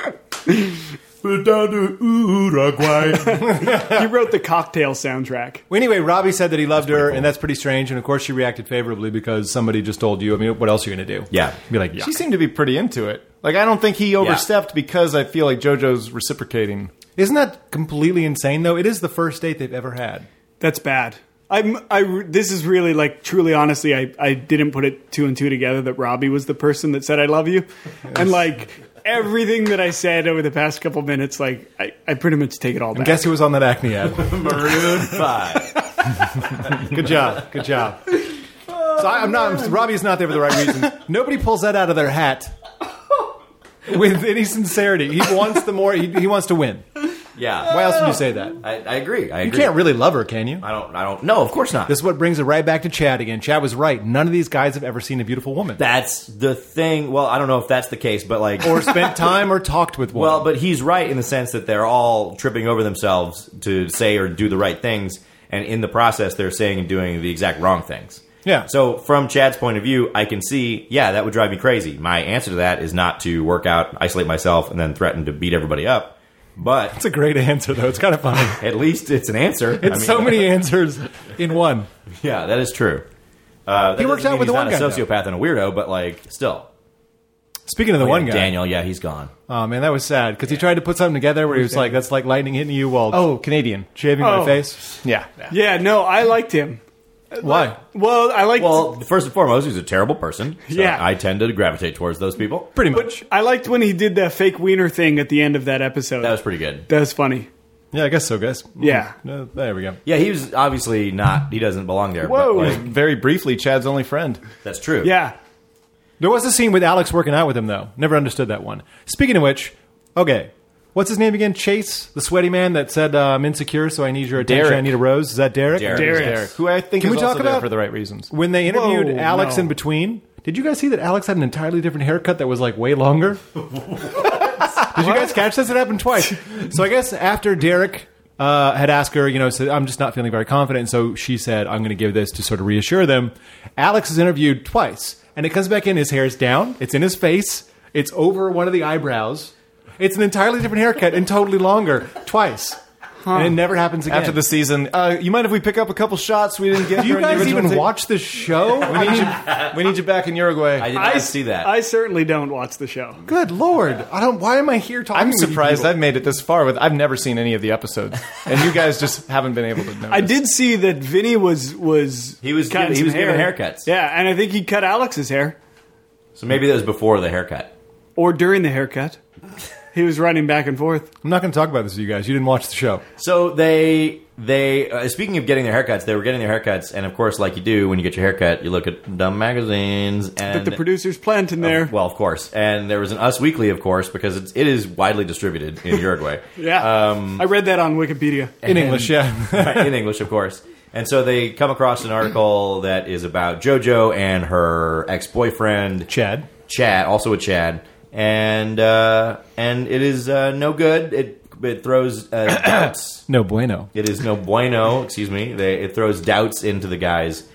Speaker 1: he wrote the cocktail soundtrack.
Speaker 2: Well, anyway, Robbie said that he loved her, and that's pretty strange. And of course, she reacted favorably because somebody just told you. I mean, what else are you going to do?
Speaker 3: Yeah.
Speaker 2: be like, yeah.
Speaker 5: She seemed to be pretty into it. Like I don't think he overstepped because I feel like JoJo's reciprocating.
Speaker 2: Isn't that completely insane? Though it is the first date they've ever had.
Speaker 1: That's bad. I'm. I. re- This is really like truly, honestly. I. I didn't put it two and two together that Robbie was the person that said I love you, and like everything that I said over the past couple minutes, like I. I pretty much take it all back.
Speaker 2: Guess who was on that acne ad?
Speaker 3: Maroon 5.
Speaker 2: good job, good job. So I, I'm not. Robbie's not there for the right reasons. Nobody pulls that out of their hat with any sincerity. He wants the more. He, he wants to win.
Speaker 3: Yeah.
Speaker 2: Why else would you say that?
Speaker 3: I, I agree. I
Speaker 2: You
Speaker 3: agree.
Speaker 2: can't really love her, can you?
Speaker 3: I don't. I don't. No, of course not.
Speaker 2: This is what brings it right back to Chad again. Chad was right. None of these guys have ever seen a beautiful woman.
Speaker 3: that's the thing. Well, I don't know if that's the case, but like,
Speaker 2: or spent time or talked with one.
Speaker 3: Well, but he's right in the sense that they're all tripping over themselves to say or do the right things, and in the process, they're saying and doing the exact wrong things.
Speaker 2: Yeah.
Speaker 3: So, from Chad's point of view, I can see, yeah, that would drive me crazy. My answer to that is not to work out, isolate myself, and then threaten to beat everybody up. But
Speaker 2: it's a great answer though. It's kind of funny.
Speaker 3: at least it's an answer.
Speaker 2: It's so many answers in one.
Speaker 3: Yeah, that is true. Uh, that
Speaker 2: He works
Speaker 3: doesn't
Speaker 2: out
Speaker 3: mean
Speaker 2: with
Speaker 3: he's
Speaker 2: the one
Speaker 3: not a
Speaker 2: guy, though.
Speaker 3: sociopath and a weirdo, but like still.
Speaker 2: Speaking of the one guy,
Speaker 3: Daniel, Oh, yeah, he's gone.
Speaker 2: Oh man, that was sad because he tried to put something together where he was like, "That's like lightning hitting you while
Speaker 5: Oh, Canadian.
Speaker 2: shaving my
Speaker 1: Oh.
Speaker 2: face."
Speaker 5: Yeah.
Speaker 1: yeah. No, I liked him.
Speaker 2: Why?
Speaker 1: Well, I liked.
Speaker 3: Well, first and foremost, he's a terrible person. so
Speaker 1: Yeah.
Speaker 3: I tend to gravitate towards those people.
Speaker 2: Pretty much.
Speaker 1: I liked when he did the fake wiener thing at the end of that episode.
Speaker 3: That was pretty good.
Speaker 1: That was funny.
Speaker 2: yeah, I guess so, guys.
Speaker 1: Yeah.
Speaker 2: No, there we go.
Speaker 3: Yeah, he was obviously not. He doesn't belong there.
Speaker 1: Whoa.
Speaker 3: But like,
Speaker 5: Very briefly, Chad's only friend.
Speaker 3: that's true.
Speaker 1: Yeah.
Speaker 2: There was a scene with Alex working out with him though. Never understood that one. Speaking of which, okay. What's his name again? Chase, the sweaty man that said, uh, "I'm insecure, so I need your attention.
Speaker 5: Derek.
Speaker 2: I need a rose." Is that Derek?
Speaker 3: Derek.
Speaker 1: Derek.
Speaker 5: Derek, who I think
Speaker 2: Can
Speaker 5: is
Speaker 2: we talk
Speaker 5: also there
Speaker 2: about-
Speaker 5: for the right reasons.
Speaker 2: When they interviewed
Speaker 1: Whoa,
Speaker 2: Alex
Speaker 1: no.
Speaker 2: in between, did you guys see that Alex had an entirely different haircut that was like way longer? did you guys catch this? It happened twice. So I guess after Derek uh, had asked her, you know, said, I'm just not feeling very confident. So she said, I'm going to give this to sort of reassure them. Alex is interviewed twice, and it comes back in. His hair's down, it's in his face, it's over one of the eyebrows. It's an entirely different haircut and totally longer twice. and it never happens again.
Speaker 5: After the season, uh, you mind if we pick up a couple shots we didn't get?
Speaker 2: do you
Speaker 5: during the
Speaker 2: guys
Speaker 5: original
Speaker 2: even
Speaker 5: tape?
Speaker 2: watch the show? I
Speaker 5: We need,
Speaker 2: mean,
Speaker 5: you, we need you back in Uruguay.
Speaker 3: I did not see that.
Speaker 1: I certainly don't watch the show.
Speaker 2: good lord, I don't. Why am I here talking?
Speaker 5: I'm
Speaker 2: with you
Speaker 5: surprised
Speaker 2: people?
Speaker 5: I've made it this far with. I've never seen any of the episodes, and you guys just haven't been able to know.
Speaker 1: I did see that Vinny was was
Speaker 3: He was
Speaker 1: cutting
Speaker 3: giving- he
Speaker 1: some
Speaker 3: was giving
Speaker 1: hair.
Speaker 3: haircuts.
Speaker 1: Yeah, and I think he cut Alex's hair
Speaker 3: so maybe that was before the haircut.
Speaker 1: or during the haircut. He was running back and forth.
Speaker 2: I'm not going to talk about this with you guys. You didn't watch the show.
Speaker 3: So they they uh, speaking of getting their haircuts, they were getting their haircuts, and of course, like you do when you get your haircut, you look at dumb magazines and
Speaker 1: But the producers plant in there.
Speaker 3: Well, of course, and there was an Us Weekly, of course, because it's, it is widely distributed in Uruguay.
Speaker 1: yeah, I read that on Wikipedia.
Speaker 2: In English, yeah.
Speaker 3: Right, in English, of course. And so they come across an article that is about JoJo and her ex boyfriend
Speaker 2: Chad.
Speaker 3: Chad, also a Chad, and uh, and it is uh, no good. It it throws uh, doubts.
Speaker 2: No bueno.
Speaker 3: It is no bueno. Excuse me. They, it throws doubts into the guys'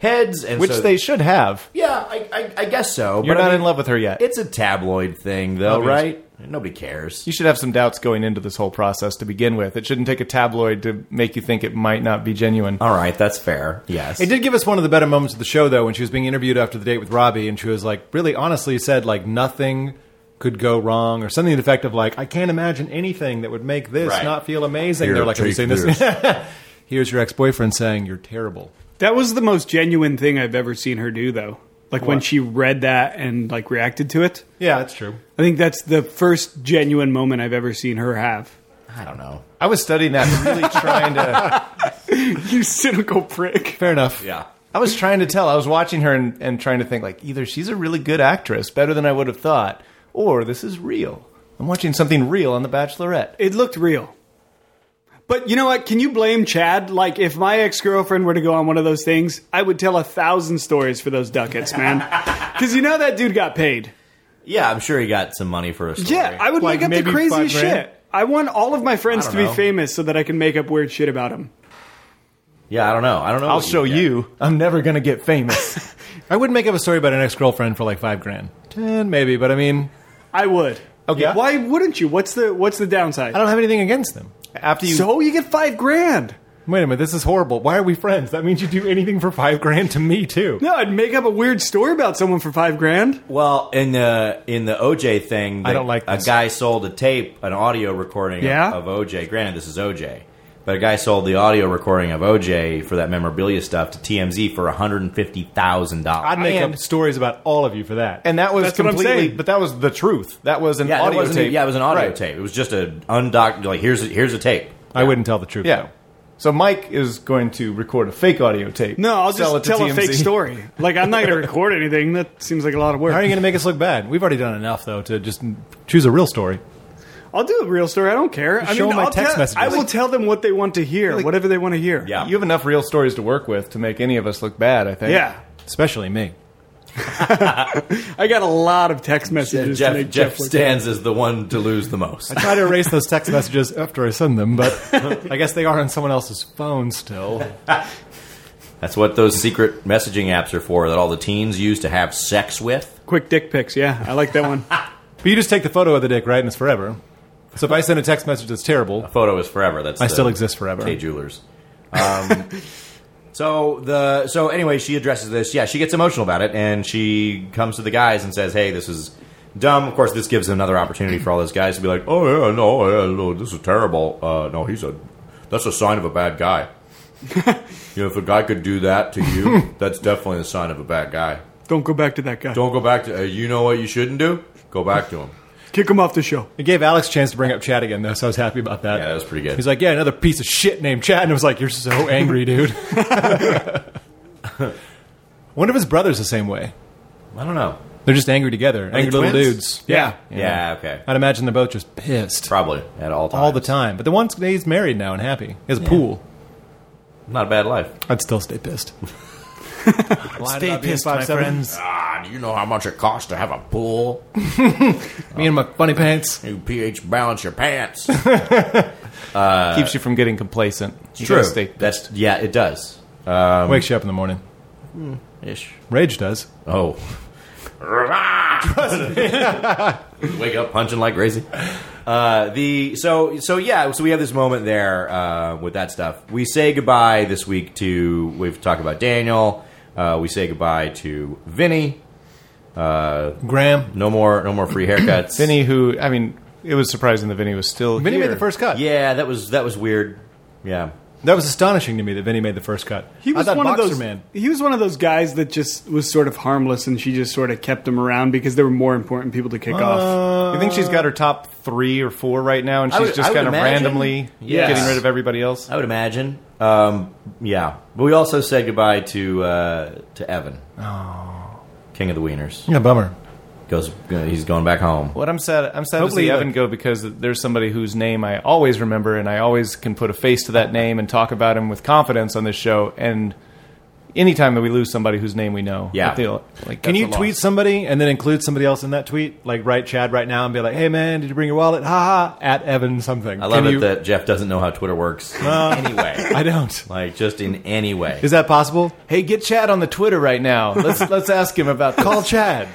Speaker 3: heads, and
Speaker 5: which
Speaker 3: so-
Speaker 5: they should have.
Speaker 3: yeah, I, I, I guess so.
Speaker 5: You're
Speaker 3: but I
Speaker 5: not
Speaker 3: mean,
Speaker 5: in love with her yet.
Speaker 3: It's a tabloid thing, though,
Speaker 5: Nobody's-
Speaker 3: right? Nobody cares.
Speaker 5: you should have some doubts going into this whole process to begin with. It shouldn't take a tabloid to make you think it might not be genuine.
Speaker 3: All right, that's fair. Yes.
Speaker 2: It did give us one of the better moments of the show, though, when she was being interviewed after the date with Robbie, and she was like, really honestly said, like, nothing could go wrong, or something to the effect of, like, I can't imagine anything that would make this
Speaker 3: Right.
Speaker 2: not feel amazing.
Speaker 3: Here,
Speaker 2: They're like, Are you
Speaker 3: take
Speaker 2: saying this? Here's your ex boyfriend saying, You're terrible.
Speaker 1: That was the most genuine thing I've ever seen her do, though. Like when she read that and like reacted to it.
Speaker 2: Yeah, that's true.
Speaker 1: I think that's the first genuine moment I've ever seen her have.
Speaker 3: I don't know.
Speaker 5: I was studying that, really trying to.
Speaker 1: You cynical prick.
Speaker 2: Fair enough.
Speaker 3: Yeah.
Speaker 5: I was trying to tell. I was watching her and, and trying to think, like, either she's a really good actress, better than I would have thought, or this is real. I'm watching something real on The Bachelorette.
Speaker 1: It looked real. But you know what? Can you blame Chad? Like, if my ex girlfriend were to go on one of those things, I would tell a thousand stories for those ducats, man. Because you know that dude got paid.
Speaker 3: Yeah, I'm sure he got some money for a story.
Speaker 1: Yeah, I would
Speaker 2: Like,
Speaker 1: make up the
Speaker 2: maybe
Speaker 1: craziest
Speaker 2: five grand?
Speaker 1: shit. I want all of my friends
Speaker 3: I
Speaker 1: to
Speaker 3: don't
Speaker 1: be
Speaker 3: know.
Speaker 1: famous so that I can make up weird shit about them.
Speaker 3: Yeah, I don't know. I don't know.
Speaker 5: I'll
Speaker 3: what
Speaker 5: show
Speaker 3: get.
Speaker 5: you. I'm never going to get famous.
Speaker 2: I wouldn't make up a story about an ex girlfriend for like five grand. Ten, maybe, but I mean,
Speaker 1: I would.
Speaker 5: Okay. Yeah?
Speaker 1: Why wouldn't you? What's the What's the downside?
Speaker 2: I don't have anything against them.
Speaker 5: After you
Speaker 1: So you get five grand.
Speaker 2: Wait a minute, this is horrible. Why are we friends? That means you do anything for five grand to me, too.
Speaker 1: No, I'd make up a weird story about someone for five grand.
Speaker 3: Well, in the in the OJ thing,
Speaker 2: I
Speaker 3: the-
Speaker 2: don't like
Speaker 3: a
Speaker 2: this.
Speaker 3: guy sold a tape, an audio recording
Speaker 1: Yeah?
Speaker 3: of, of OJ. Granted, this is OJ, but a guy sold the audio recording of OJ for that memorabilia stuff to TMZ for one hundred and fifty thousand
Speaker 2: I'd
Speaker 3: dollars.
Speaker 2: make
Speaker 5: And-
Speaker 2: up stories about all of you for that.
Speaker 5: And that was
Speaker 1: That's what I'm
Speaker 5: completely,
Speaker 1: saying.
Speaker 5: but that was the truth. That was an
Speaker 3: Yeah, that
Speaker 5: audio
Speaker 3: wasn't,
Speaker 5: tape.
Speaker 3: yeah, it was an audio
Speaker 5: Right.
Speaker 3: tape. It was just a undoc. Like here's a, here's a tape.
Speaker 2: I wouldn't tell the truth.
Speaker 5: Yeah. So Mike is going to record a fake audio tape.
Speaker 1: No, I'll
Speaker 5: sell
Speaker 1: just
Speaker 5: it to
Speaker 1: tell a
Speaker 5: TMZ.
Speaker 1: fake story. Like I'm not going to record anything. That seems like a lot of work.
Speaker 2: How are you going to make us look bad? We've already done enough, though, to just choose a real story.
Speaker 1: I'll do a real story. I don't care. I
Speaker 2: show
Speaker 1: mean,
Speaker 2: my
Speaker 1: I'll
Speaker 2: text
Speaker 1: tell,
Speaker 2: messages.
Speaker 1: I will tell them what they want to hear, whatever they want to hear.
Speaker 3: Yeah,
Speaker 5: You have enough real stories to work with to make any of us look bad. I think.
Speaker 1: Yeah.
Speaker 2: Especially me.
Speaker 1: I got a lot of text messages to
Speaker 3: Jeff
Speaker 1: make
Speaker 3: Jeff
Speaker 1: Jeff, look bad.
Speaker 3: stands as the one to lose the most.
Speaker 2: Try to erase those text messages after I send them, but I guess they are on someone else's phone still.
Speaker 3: That's what those secret messaging apps are for. That all the teens use to have sex with.
Speaker 1: Quick dick pics. Yeah, I like that one.
Speaker 2: But you just take the photo of the dick, right? And it's forever. So if I send a text message that's terrible,
Speaker 3: photo is forever. That's
Speaker 2: I
Speaker 3: the
Speaker 2: still exist forever.
Speaker 3: K Jewelers. Um, so the so anyway, she addresses this. Yeah, she gets emotional about it, and she comes to the guys and says, "Hey, this is dumb." Of course, this gives another opportunity for all those guys to be like, "Oh yeah, no, yeah, no this is terrible. Uh, no, he's a that's a sign of a bad guy. you know, if a guy could do that to you, that's definitely a sign of a bad guy.
Speaker 1: Don't go back to that guy.
Speaker 3: Don't go back to. Uh, you know what you shouldn't do? Go back to him.
Speaker 1: Kick him off the show.
Speaker 2: It gave Alex a chance to bring up Chad again, though, so I was happy about that.
Speaker 3: Yeah, that was pretty good.
Speaker 2: He's like, yeah, another piece of shit named Chad. And I was like, you're so angry, dude. One of his brothers the same way.
Speaker 3: I don't know.
Speaker 2: They're just angry together. angry little
Speaker 5: twins?
Speaker 2: dudes. Yeah.
Speaker 3: Yeah, okay.
Speaker 2: I'd imagine they're both just pissed
Speaker 3: Probably at all times.
Speaker 2: all the time. But the one's he's married now and happy. He has a pool.
Speaker 3: Not a bad life.
Speaker 2: I'd still stay pissed.
Speaker 5: Stay pissed, my friends.
Speaker 3: Ah, do you know how much it costs to have a pool?
Speaker 2: Me and my funny pants.
Speaker 3: You pH balance your pants.
Speaker 5: Keeps you from getting complacent. You gotta Stay
Speaker 3: That's yeah, it does.
Speaker 2: Wakes you up in the morning.
Speaker 3: Ish.
Speaker 2: Rage does.
Speaker 3: Oh. Wake up punching like crazy. Uh, the so so yeah so we have this moment there uh, with that stuff. We say goodbye this week to we've talked about Daniel. Uh, we say goodbye to Vinny.
Speaker 2: Graham.
Speaker 3: No more no more free haircuts.
Speaker 5: Vinny, who I mean, it was surprising that Vinny was still.
Speaker 2: Vinny
Speaker 5: here.
Speaker 2: made the first cut.
Speaker 3: Yeah, that was that was weird. Yeah.
Speaker 2: That was astonishing to me that Vinny made the first cut.
Speaker 1: He was
Speaker 2: I thought
Speaker 1: one
Speaker 2: Boxer
Speaker 1: of those.
Speaker 2: Man.
Speaker 1: He was one of those guys that just was sort of harmless, and she just sort of kept him around because there were more important people to kick off.
Speaker 5: You think she's got her top three or four right now, and
Speaker 3: I
Speaker 5: she's
Speaker 3: would- I
Speaker 5: just
Speaker 3: would
Speaker 5: kind of
Speaker 3: imagine.
Speaker 5: randomly
Speaker 3: Yes.
Speaker 5: getting rid of everybody else?
Speaker 3: I would imagine. Um, yeah, but we also said goodbye to uh, to Evan,
Speaker 2: Oh.
Speaker 3: King of the Wieners.
Speaker 2: Yeah, bummer.
Speaker 3: Goes, uh, he's going back home.
Speaker 5: What I'm sad, I'm sad
Speaker 2: Hopefully
Speaker 5: to see
Speaker 2: the-
Speaker 5: Evan go because there's somebody whose name I always remember, and I always can put a face to that name and talk about him with confidence on this show. And anytime that we lose somebody whose name we know, I
Speaker 3: Yeah.
Speaker 5: feel like
Speaker 2: Can
Speaker 5: that's
Speaker 2: you
Speaker 5: a loss.
Speaker 2: tweet somebody and then include somebody else in that tweet? Like write Chad right now and be like, "Hey man, did you bring your wallet?" Ha ha. At Evan something.
Speaker 3: I love
Speaker 2: Can
Speaker 3: it
Speaker 2: you-
Speaker 3: that Jeff doesn't know how Twitter works in any way,
Speaker 2: I don't.
Speaker 3: like just in any way.
Speaker 2: Is that possible?
Speaker 5: Hey, get Chad on the Twitter right now. Let's let's ask him about.
Speaker 2: Call Chad.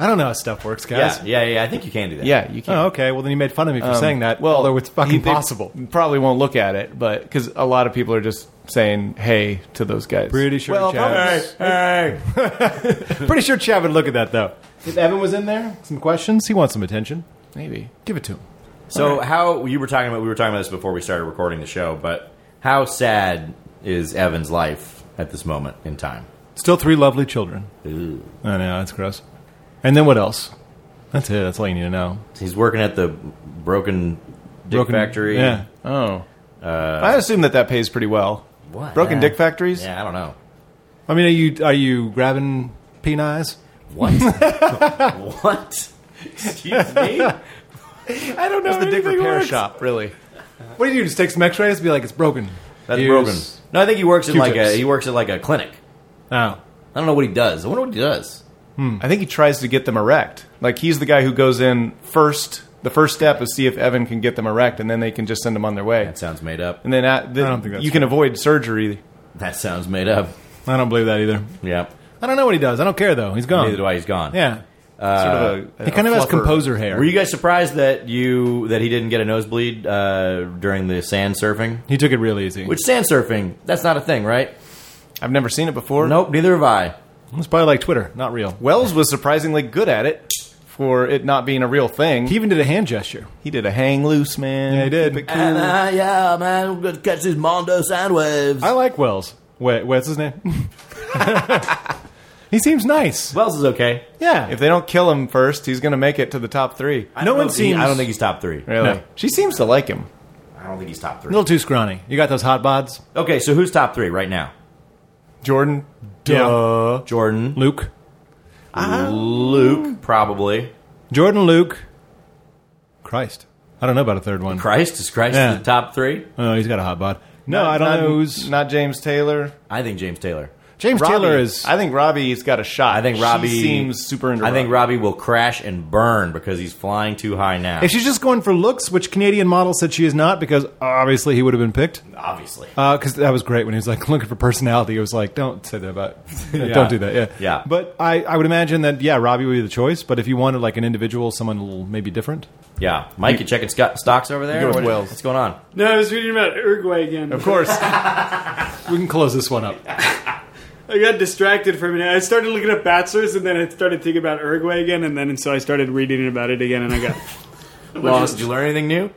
Speaker 2: I don't know how stuff works, guys.
Speaker 3: yeah, yeah, yeah. I think you can do that.
Speaker 5: Yeah, you can.
Speaker 2: Oh, okay. Well, then you made fun of me for saying that. Well, although it's
Speaker 5: he-
Speaker 2: fucking
Speaker 5: they
Speaker 2: possible.
Speaker 5: Probably won't look at it, but because a lot of people are just saying "Hey" to those guys.
Speaker 2: Pretty sure
Speaker 5: Well,
Speaker 2: Chad.
Speaker 5: probably-
Speaker 3: Hey,
Speaker 2: Pretty sure Chad would look at that though. If Evan was in there, some questions. He wants some attention.
Speaker 5: maybe.
Speaker 2: Give it to him.
Speaker 3: So how you were talking about? We were talking about this before we started recording the show, but how sad is Evan's life at this moment in time?
Speaker 2: Still three lovely children. I know that's gross. And then what else? That's it. That's all you need to know.
Speaker 3: He's working at the Broken Dick
Speaker 2: Broken-
Speaker 3: Factory.
Speaker 2: Yeah.
Speaker 5: Oh, I assume that that pays pretty well.
Speaker 3: What?
Speaker 5: Broken
Speaker 3: Yeah.
Speaker 5: Dick Factories.
Speaker 3: Yeah, I don't know.
Speaker 2: I mean, are you are you grabbing peen eyes?
Speaker 3: What? what? Excuse me?
Speaker 2: I don't know.
Speaker 5: It's the dick repair shop, really.
Speaker 2: What do you do? Just take some X-rays? Be like, it's broken.
Speaker 3: That's
Speaker 2: Here's-
Speaker 3: broken. No, I think he works in like a
Speaker 2: Q-tips.
Speaker 3: he works at like a clinic.
Speaker 2: Oh,
Speaker 3: I don't know what he does. I wonder what he does.
Speaker 5: Hmm. I think he tries to get them erect. Like he's the guy who goes in first. The first step is see if Evan can get them erect, and then they can just send them on their way.
Speaker 3: That sounds made up.
Speaker 5: And then at the,
Speaker 2: I don't think that's
Speaker 5: you can avoid surgery.
Speaker 3: That sounds made up.
Speaker 2: I don't believe that either.
Speaker 3: Yeah.
Speaker 2: I don't know what he does. I don't care though. He's gone.
Speaker 3: Neither do I. He's gone. Uh,
Speaker 2: Yeah.
Speaker 5: Sort of a,
Speaker 2: he kind of has composer hair.
Speaker 3: Were you guys surprised that you that he didn't get a nosebleed uh, during the sand surfing?
Speaker 2: he took it real easy.
Speaker 3: Which sand surfing? That's not a thing, right?
Speaker 5: I've never seen it before.
Speaker 3: Nope. Neither have I.
Speaker 2: it's probably like Twitter, not real.
Speaker 5: Wells was surprisingly good at it for it not being a real thing.
Speaker 2: He
Speaker 5: He,
Speaker 2: even did a hand gesture.
Speaker 5: did a hang loose, man.
Speaker 2: Yeah, he did.
Speaker 5: Keep it cool.
Speaker 6: And, uh, yeah, man, I'm gonna catch these Mondo sound waves.
Speaker 2: I like Wells. Wait, what's his name? he seems nice.
Speaker 3: Wells is okay.
Speaker 2: Yeah.
Speaker 5: If they don't kill him first, he's going to make it to the top three.
Speaker 3: I
Speaker 2: No
Speaker 3: don't
Speaker 2: one
Speaker 3: know if he-
Speaker 2: seems-
Speaker 3: I don't think he's top three.
Speaker 5: Really?
Speaker 2: No.
Speaker 5: She seems to like him.
Speaker 3: I don't think he's top
Speaker 2: a
Speaker 3: three.
Speaker 2: little too scrawny. You got those hot bods?
Speaker 3: Okay, so who's top three right now?
Speaker 5: Jordan. Uh,
Speaker 2: Duh.
Speaker 3: Jordan,
Speaker 2: Luke.
Speaker 3: Luke, probably.
Speaker 2: Jordan Luke. Christ. I don't know about a third one.
Speaker 3: Christ is Christ
Speaker 2: Yeah.
Speaker 3: the top three?
Speaker 2: Oh, he's got a hot bod. No, I don't
Speaker 5: not,
Speaker 2: know who's.
Speaker 5: Not James Taylor.
Speaker 3: I think James Taylor.
Speaker 2: James
Speaker 5: Robbie.
Speaker 2: Taylor is.
Speaker 5: I think Robbie's got a shot.
Speaker 3: I think
Speaker 5: She
Speaker 3: Robbie
Speaker 5: seems super into
Speaker 3: I think Robbie will crash and burn because he's flying too high now.
Speaker 2: if she's just going for looks, which Canadian model said she is not, because obviously he would have been picked.
Speaker 3: Obviously,
Speaker 2: Because that was great when he was like looking for personality. It was like, don't say that about, don't do that. Yeah,
Speaker 3: Yeah.
Speaker 2: But I, I would imagine that yeah, Robbie would be the choice. But if you wanted like an individual, someone a little maybe different,
Speaker 3: yeah. Mike, you checking sc- stocks over there?
Speaker 5: with
Speaker 3: What-
Speaker 5: Wells.
Speaker 3: What's going on?
Speaker 1: No, I was reading about Uruguay again.
Speaker 2: of course, we can close this one up.
Speaker 1: I got distracted for a minute. I started looking at bachelors, and then I started thinking about Uruguay again, and then and so I started reading about it again, and I got.
Speaker 3: Wells, did you learn anything new?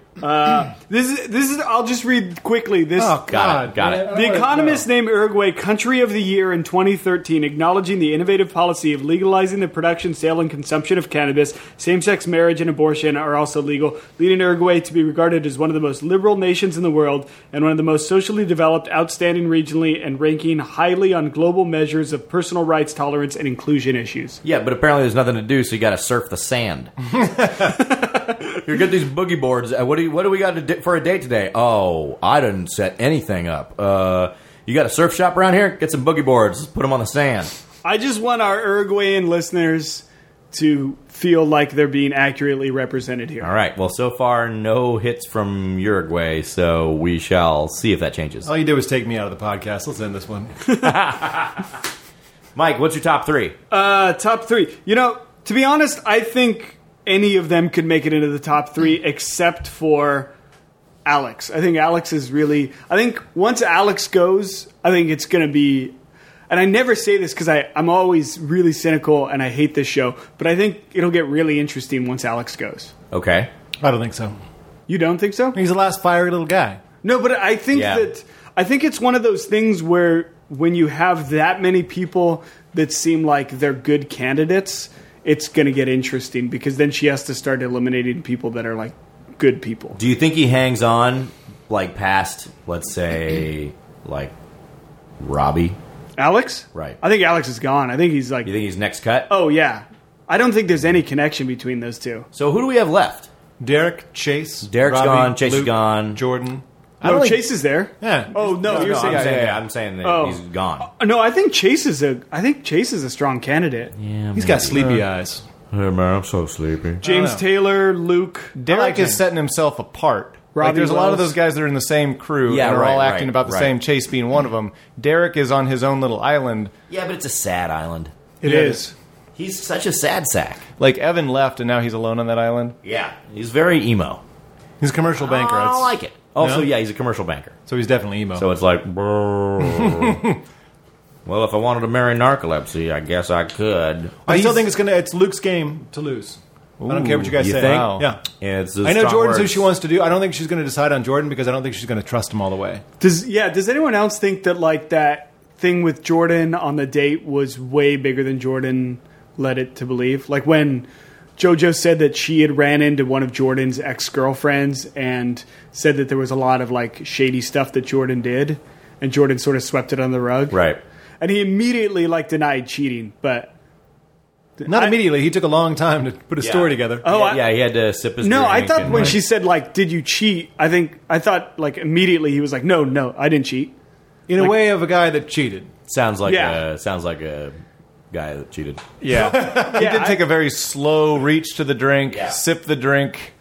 Speaker 1: This is this is. I'll just read quickly. This
Speaker 2: Oh,
Speaker 3: Got it, got it.
Speaker 1: The Economist named Uruguay Country of the Year in 2013, acknowledging the innovative policy of legalizing the production, sale, and consumption of cannabis. Same sex marriage and abortion are also legal, leading Uruguay to be regarded as one of the most liberal nations in the world and one of the most socially developed, outstanding regionally, and ranking highly on global measures of personal rights, tolerance, and inclusion issues.
Speaker 3: Yeah, but apparently there's nothing to do, so you got to surf the sand. you get these boogie boards. Uh, What do you, what do we got to di- for a date today? Oh, I didn't set anything up. Uh, you got a surf shop around here? Get some boogie boards. Let's put them on the sand.
Speaker 1: I just want our Uruguayan listeners to feel like they're being accurately represented here.
Speaker 3: All right. Well, so far no hits from Uruguay, so we shall see if that changes.
Speaker 2: All you did was take me out of the podcast. Let's end this one.
Speaker 3: Mike, what's your top three?
Speaker 1: Uh, top three. You know, to be honest, I think any of them could make it into the top three except for Alex. I think Alex is really. I think once Alex goes, I think it's going to be. And I never say this because I'm always really cynical and I hate this show, but I think it'll get really interesting once Alex goes.
Speaker 3: Okay.
Speaker 2: I don't think so.
Speaker 1: You don't think so?
Speaker 2: He's the last fiery little guy.
Speaker 1: No, but I think
Speaker 3: Yeah.
Speaker 1: that I think it's one of those things where when you have that many people that seem like they're good candidates, it's going to get interesting because then she has to start eliminating people that are like good people.
Speaker 3: Do you think he hangs on like past, let's say, like Robbie?
Speaker 1: Alex?
Speaker 3: Right.
Speaker 1: I think Alex is gone. I think he's like
Speaker 3: You think he's next cut?
Speaker 1: Oh yeah. I don't think there's any connection between those two.
Speaker 3: So who do we have left?
Speaker 2: Derek, Chase.
Speaker 3: Derek's
Speaker 2: Robbie,
Speaker 3: gone, Chase is
Speaker 2: Luke,
Speaker 3: gone.
Speaker 2: Jordan.
Speaker 1: No, Chase is there.
Speaker 2: Yeah.
Speaker 1: Oh no, you're
Speaker 3: I'm
Speaker 1: saying,
Speaker 3: saying,
Speaker 2: yeah, yeah.
Speaker 3: I'm saying that
Speaker 1: Oh.
Speaker 3: he's gone.
Speaker 1: no. I think Chase is a. I think Chase is a strong candidate.
Speaker 2: He's got sleepy eyes.
Speaker 3: Hey man, I'm so sleepy.
Speaker 1: James
Speaker 2: know.
Speaker 1: Taylor, Luke.
Speaker 5: Derek
Speaker 2: like
Speaker 5: is
Speaker 2: him.
Speaker 5: setting himself apart.
Speaker 1: Robbie
Speaker 5: like there's a lot of
Speaker 1: Wells.
Speaker 5: those guys that are in the same crew
Speaker 3: Yeah,
Speaker 5: and are
Speaker 3: right,
Speaker 5: all acting
Speaker 3: right,
Speaker 5: about the
Speaker 3: right.
Speaker 5: same. Chase being one of them. Derek is on his own little island.
Speaker 3: Yeah, but it's a sad island.
Speaker 1: It is.
Speaker 3: He's such a sad sack.
Speaker 5: Like Evan left and now he's alone on that island.
Speaker 3: Yeah, he's very emo.
Speaker 2: He's a commercial banker.
Speaker 3: I don't
Speaker 2: It's-
Speaker 3: like it. Also,
Speaker 2: No?
Speaker 3: yeah, he's a commercial banker.
Speaker 2: so he's definitely emo.
Speaker 3: So it's like, brrr. well, if I wanted to marry narcolepsy, I guess I could.
Speaker 2: I still think it's gonna. It's Luke's game to lose. I don't care what you guys
Speaker 3: you
Speaker 2: say.
Speaker 3: think?
Speaker 2: Wow. Yeah.
Speaker 3: It's
Speaker 2: I know Jordan's who she wants to do. I don't think she's going to decide on Jordan because I don't think she's going to trust him all the way.
Speaker 1: Does yeah? Does anyone else think that like that thing with Jordan on the date was way bigger than Jordan led it to believe? Like when JoJo said that she had ran into one of Jordan's ex girlfriends and said that there was a lot of like shady stuff that Jordan did, and Jordan sort of swept it on the rug,
Speaker 3: Right.
Speaker 1: And he immediately like denied cheating, but
Speaker 2: Not immediately. He took a long time to put a story together.
Speaker 1: Oh,
Speaker 3: yeah,
Speaker 1: I-
Speaker 3: yeah, he had to sip his.
Speaker 1: No, I
Speaker 3: drink
Speaker 1: thought
Speaker 3: and,
Speaker 1: when
Speaker 3: like-
Speaker 1: she said like, "Did you cheat?" I think I thought like immediately he was like, "No, no, I didn't cheat."
Speaker 2: in a way of a guy that cheated.
Speaker 3: sounds like
Speaker 1: Yeah.
Speaker 3: a, sounds like a guy that cheated.
Speaker 5: Yeah. he
Speaker 1: Yeah,
Speaker 5: did
Speaker 1: I-
Speaker 5: take a very slow reach to the drink,
Speaker 3: Yeah.
Speaker 5: sip the drink,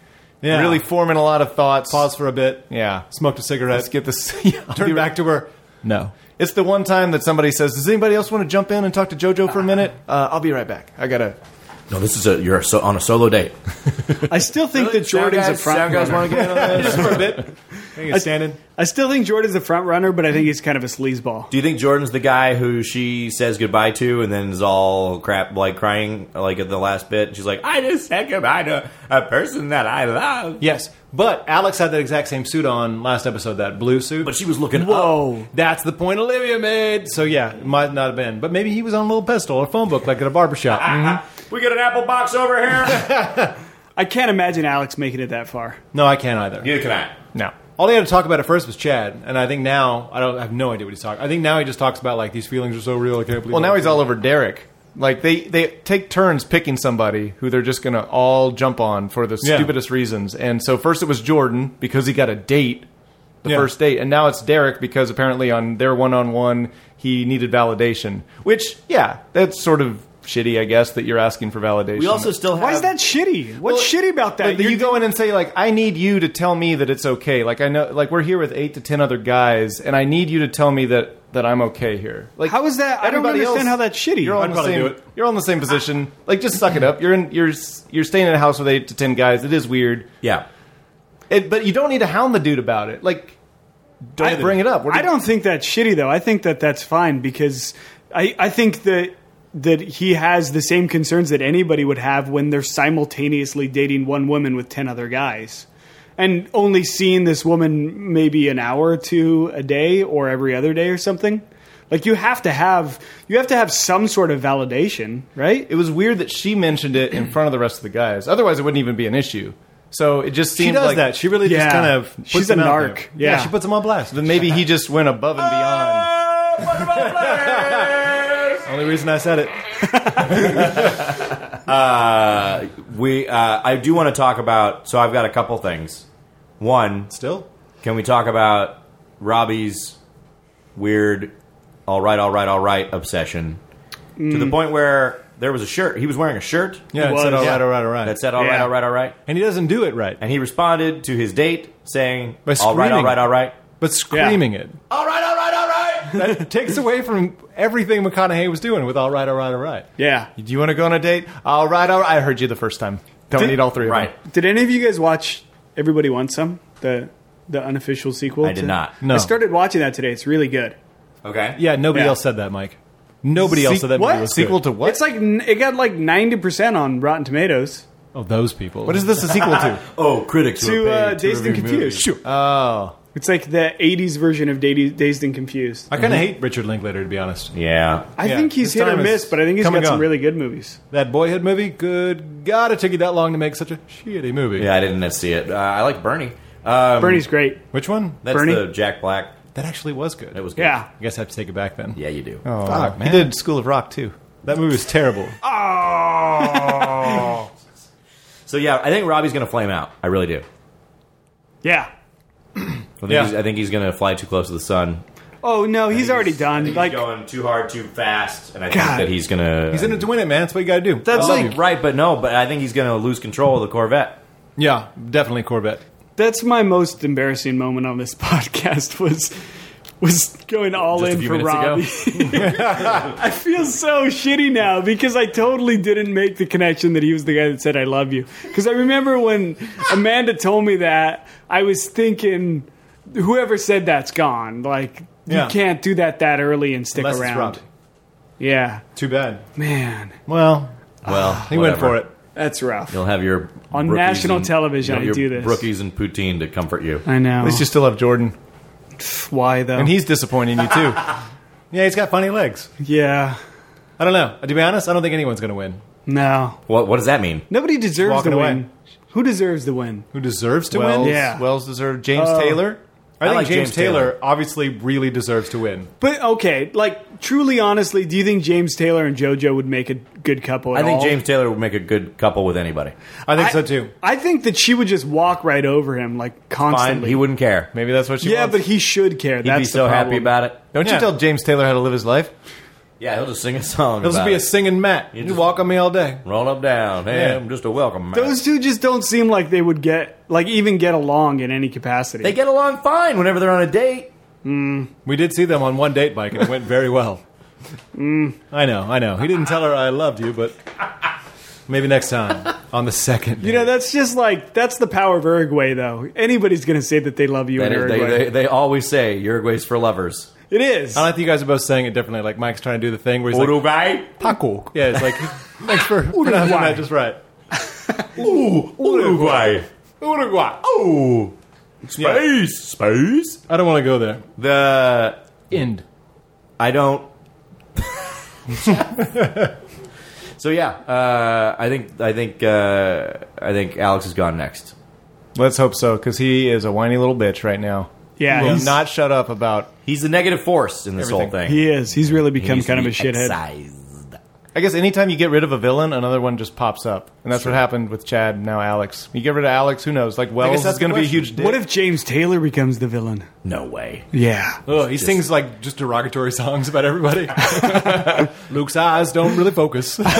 Speaker 2: Yeah.
Speaker 5: really forming a lot of thoughts.
Speaker 2: Pause for a bit.
Speaker 5: Yeah.
Speaker 2: Smoked a cigarette.
Speaker 5: Let's get this. Yeah, I'll be
Speaker 2: Turned
Speaker 5: right-
Speaker 2: back to her.
Speaker 5: No. It's the one time that somebody says, Does anybody else want to jump in and talk to JoJo for a minute?
Speaker 2: Uh-huh.
Speaker 5: Uh, I'll be right back. I got to.
Speaker 3: No, this is a you're so, on a solo date.
Speaker 1: I still think that Jordan's a front
Speaker 5: to
Speaker 1: runner.
Speaker 5: get in on this?
Speaker 2: For a bit. I think it's standing.
Speaker 1: I still think Jordan's a front runner, but I think he's kind of a sleazeball.
Speaker 3: Do you think Jordan's the guy who she says goodbye to and then is all crap like crying like at the last bit? She's like, I just said goodbye to a person that I love.
Speaker 2: Yes. But Alex had that exact same suit on last episode, that blue suit.
Speaker 3: But she was looking up.
Speaker 1: Whoa!
Speaker 2: That's the point Olivia made. So yeah, it might not have been. But maybe he was on a little pedestal or phone book like at a barbershop.
Speaker 3: Ah.
Speaker 2: mm-hmm.
Speaker 3: We got an apple box over here.
Speaker 1: I can't imagine Alex making it that far.
Speaker 2: No, I can't either.
Speaker 3: Neither can I.
Speaker 5: No.
Speaker 2: All he had to talk about at first was Chad, and I think now I don't I have no idea what he's talking. I think now he just talks about like these feelings are so real. I can't believe.
Speaker 5: Well,
Speaker 2: I-
Speaker 5: now he's all over Derek. Like, they, they take turns picking somebody who they're just going to all jump on for the
Speaker 2: Yeah.
Speaker 5: stupidest reasons. And so, first it was Jordan because he got a date, the
Speaker 2: Yeah.
Speaker 5: first date. And now it's Derek because apparently on their one on one, he needed validation. Which, yeah, that's sort of shitty, I guess, that you're asking for validation.
Speaker 3: We also still have
Speaker 1: Why is that shitty? What's
Speaker 5: Well,
Speaker 1: shitty about that?
Speaker 5: But you
Speaker 1: You're-
Speaker 5: go in and say like, "I need you to tell me that it's okay." Like I know, like we're here with eight to ten other guys, and I need you to tell me that that I'm okay here. Like
Speaker 1: How is that- I don't
Speaker 5: everybody else-
Speaker 1: understand how that's shitty.
Speaker 5: You're all
Speaker 1: I'd
Speaker 5: in the
Speaker 2: probably
Speaker 5: same.
Speaker 2: do it.
Speaker 5: You're all in the same position. Like just suck it up. You're in. You're s- you're staying in a house with eight to ten guys. It is weird.
Speaker 3: Yeah.
Speaker 5: It, but you don't need to hound the dude about it. Like don't bring it up. What do
Speaker 1: I
Speaker 5: you-
Speaker 1: don't think that's shitty though. I think that that's fine because I, I think that that he has the same concerns that anybody would have when they're simultaneously dating one woman with 10 other guys and only seeing this woman maybe an hour or two a day or every other day or something. Like you have to have you have to have some sort of validation, right?
Speaker 5: It was weird that she mentioned it in front of the rest of the guys. Otherwise, it wouldn't even be an issue. So it just seems
Speaker 2: she does
Speaker 5: like
Speaker 2: that. She really
Speaker 1: Yeah.
Speaker 2: just kind of puts
Speaker 1: She's a
Speaker 2: him out there.
Speaker 1: narc.
Speaker 2: Yeah.
Speaker 1: Yeah.
Speaker 2: she puts him on blast.
Speaker 5: Then maybe he just went above and beyond.
Speaker 2: only reason I said it.
Speaker 3: We uh, I do want to talk about so I've got a couple things. One,
Speaker 2: Still,
Speaker 3: Can we talk about Robbie's weird, all right, all right, all right obsession to the point where there was a shirt. He was wearing a shirt
Speaker 2: yeah. It
Speaker 1: was.
Speaker 2: said all
Speaker 1: Yeah.
Speaker 2: right, all right, all right.
Speaker 3: that said, all right,
Speaker 1: Yeah.
Speaker 3: all right, all right.
Speaker 2: and he doesn't do it right.
Speaker 3: And he responded to his date saying,
Speaker 2: By
Speaker 3: all right, all
Speaker 2: screaming.
Speaker 3: right, all right.
Speaker 2: But screaming it
Speaker 3: All right, all right, all right.
Speaker 2: that takes away from everything McConaughey was doing with all right, all right, all right.
Speaker 1: Yeah.
Speaker 5: Do you want to go on a date? All right, all right. I heard you the first time. Don't need all three. Of
Speaker 3: Right.
Speaker 5: Them.
Speaker 1: Did any of you guys watch Everybody Wants Some? The the unofficial sequel.
Speaker 3: I did
Speaker 1: to-
Speaker 3: not.
Speaker 2: No.
Speaker 1: I started watching that today. It's really good.
Speaker 3: Okay.
Speaker 2: Yeah, nobody
Speaker 1: Yeah.
Speaker 2: else said that, Mike. Nobody else
Speaker 1: Se-
Speaker 2: said that.
Speaker 1: what?
Speaker 2: movie was
Speaker 5: Sequel
Speaker 2: good.
Speaker 5: to what?
Speaker 1: It's like n- it got like ninety percent on Rotten Tomatoes
Speaker 2: Oh, those people.
Speaker 5: what is this a sequel to?
Speaker 3: Oh, critics who
Speaker 1: to
Speaker 3: are
Speaker 1: uh,
Speaker 3: paid
Speaker 1: Dazed and
Speaker 3: review movies.
Speaker 1: Confused. Uh, It's like the '80s version of Dazed, Dazed and Confused.
Speaker 2: I kind of hate Richard Linklater, to be honest.
Speaker 3: Yeah.
Speaker 1: I
Speaker 2: Yeah,
Speaker 1: think he's
Speaker 2: this
Speaker 1: hit or
Speaker 2: time is
Speaker 1: miss, but I think he's
Speaker 2: come
Speaker 1: got
Speaker 2: and
Speaker 1: some
Speaker 2: gone.
Speaker 1: really good movies.
Speaker 2: That Boyhood movie, good God, it took you that long to make such a shitty movie.
Speaker 3: Yeah, I didn't see it. Uh, I like Bernie. Um,
Speaker 1: Bernie's great.
Speaker 2: Which one?
Speaker 3: That's
Speaker 1: Bernie?
Speaker 3: the Jack Black.
Speaker 2: That actually was good.
Speaker 3: It was good.
Speaker 1: Yeah.
Speaker 2: I guess I have to take it back then.
Speaker 3: Yeah, you do.
Speaker 2: Oh,
Speaker 5: Fuck,
Speaker 2: man.
Speaker 5: He did School of Rock too.
Speaker 2: That movie was terrible.
Speaker 3: So yeah, I think Robbie's gonna flame out. I really do.
Speaker 1: Yeah.
Speaker 3: I think,
Speaker 2: Yeah.
Speaker 3: he's, I think he's gonna fly too close to the sun.
Speaker 1: Oh no, he's already done.
Speaker 3: He's
Speaker 1: Like
Speaker 3: going too hard, too fast, and I
Speaker 1: God.
Speaker 3: think that he's gonna.
Speaker 2: He's in it to win it, man. That's what you got to do.
Speaker 3: That's
Speaker 2: I love
Speaker 3: like
Speaker 2: you.
Speaker 3: right, but no. But I think he's gonna lose control of the Corvette.
Speaker 2: Yeah, definitely Corvette.
Speaker 1: that's my most embarrassing moment on this podcast was was going all
Speaker 3: Just a
Speaker 1: in
Speaker 3: few
Speaker 1: for
Speaker 3: minutes ago.
Speaker 1: Robbie. I feel so shitty now because I totally didn't make the connection that he was the guy that said I love you. Because I remember when Amanda told me that, I was thinking whoever said that's gone. Like
Speaker 2: Yeah.
Speaker 1: you can't do that that early and stick
Speaker 2: Unless it's
Speaker 1: around.
Speaker 2: Robbie.
Speaker 1: Yeah,
Speaker 2: Too bad.
Speaker 1: man,
Speaker 2: Well,
Speaker 1: Ah,
Speaker 3: Well,
Speaker 2: he went for it.
Speaker 1: that's rough.
Speaker 3: You'll have your
Speaker 1: On
Speaker 3: rookies
Speaker 1: national
Speaker 3: and-
Speaker 1: television,
Speaker 3: you'll have
Speaker 1: I
Speaker 3: your
Speaker 1: do this.
Speaker 3: Rookies and poutine to comfort you.
Speaker 1: I know.
Speaker 2: At least you still have Jordan,
Speaker 1: why though.
Speaker 2: and he's disappointing you too. yeah, he's got funny legs.
Speaker 1: yeah,
Speaker 2: I don't know. To be honest, I don't think anyone's going to win.
Speaker 1: no.
Speaker 3: What What does that mean?
Speaker 1: Nobody deserves
Speaker 2: Walking
Speaker 1: the
Speaker 2: away.
Speaker 1: win. Who deserves the win?
Speaker 2: Who deserves to
Speaker 5: Wells,
Speaker 2: win?
Speaker 1: Yeah.
Speaker 5: Wells deserved James Taylor.
Speaker 2: Uh, I, think
Speaker 3: like
Speaker 2: James,
Speaker 3: James
Speaker 2: Taylor,
Speaker 3: Taylor.
Speaker 2: obviously really deserves to win.
Speaker 1: But okay, like truly, honestly, do you think James Taylor and JoJo would make a good couple? At
Speaker 3: I think
Speaker 1: all?
Speaker 3: James Taylor would make a good couple with anybody.
Speaker 2: I think so too.
Speaker 1: I think that she would just walk right over him like
Speaker 3: Fine,
Speaker 1: constantly.
Speaker 3: he wouldn't care.
Speaker 2: Maybe that's what she
Speaker 1: yeah,
Speaker 2: wants.
Speaker 1: but he should care.
Speaker 3: He'd
Speaker 1: That's
Speaker 3: be
Speaker 1: the
Speaker 3: so happy
Speaker 1: problem.
Speaker 3: about it.
Speaker 5: Don't
Speaker 2: Yeah.
Speaker 5: you tell James Taylor how to live his life?
Speaker 3: Yeah, he'll just sing a song.
Speaker 2: He'll just
Speaker 3: about
Speaker 2: be a
Speaker 3: it.
Speaker 2: singing Matt. You,
Speaker 3: just-
Speaker 2: walk on me all day.
Speaker 3: roll up down. Hey,
Speaker 2: Yeah.
Speaker 3: I'm just a welcome man.
Speaker 1: Those two just don't seem like they would get like even get along in any capacity.
Speaker 3: they get along fine whenever they're on a date.
Speaker 2: We did see them on one date, Mike, and it went very well. I know, I know. He didn't tell her I loved you, but maybe next time on the second.
Speaker 1: you know, that's just like that's the power of Uruguay, though. Anybody's going to say that they love you
Speaker 3: That
Speaker 1: in
Speaker 3: is, they,
Speaker 1: Uruguay.
Speaker 3: they, they always say Uruguay's for lovers.
Speaker 1: it is.
Speaker 2: I like that you guys are both saying it differently. Like Mike's trying to do the thing where he's like,
Speaker 3: Uruguay.
Speaker 2: "Paco." Yeah, it's like thanks for pronouncing that just right.
Speaker 3: Ooh, Uruguay.
Speaker 2: Uruguay.
Speaker 3: Ooh. Oh. Space. Space.
Speaker 2: I don't want to go there.
Speaker 3: The
Speaker 2: End.
Speaker 3: I don't. so yeah, uh, I think I think uh, I think Alex is gone next.
Speaker 5: Let's hope so, because he is a whiny little bitch right now.
Speaker 1: yeah,
Speaker 5: Will
Speaker 1: he's,
Speaker 5: not shut up about.
Speaker 3: He's the negative force in this whole thing.
Speaker 1: he is. He's really become
Speaker 3: needs to
Speaker 1: kind of a
Speaker 3: be
Speaker 1: shithead.
Speaker 3: excised.
Speaker 5: I guess anytime you get rid of a villain, another one just pops up, and that's what happened with Chad. and Now Alex, you get rid of Alex, who knows? Like Wells
Speaker 2: that's
Speaker 5: is going
Speaker 2: the
Speaker 5: to be a
Speaker 2: question.
Speaker 5: huge dick.
Speaker 1: What if James Taylor becomes the villain?
Speaker 3: No way.
Speaker 1: Yeah.
Speaker 2: Ugh, he sings like just derogatory songs about everybody. Luke's eyes don't really focus. They're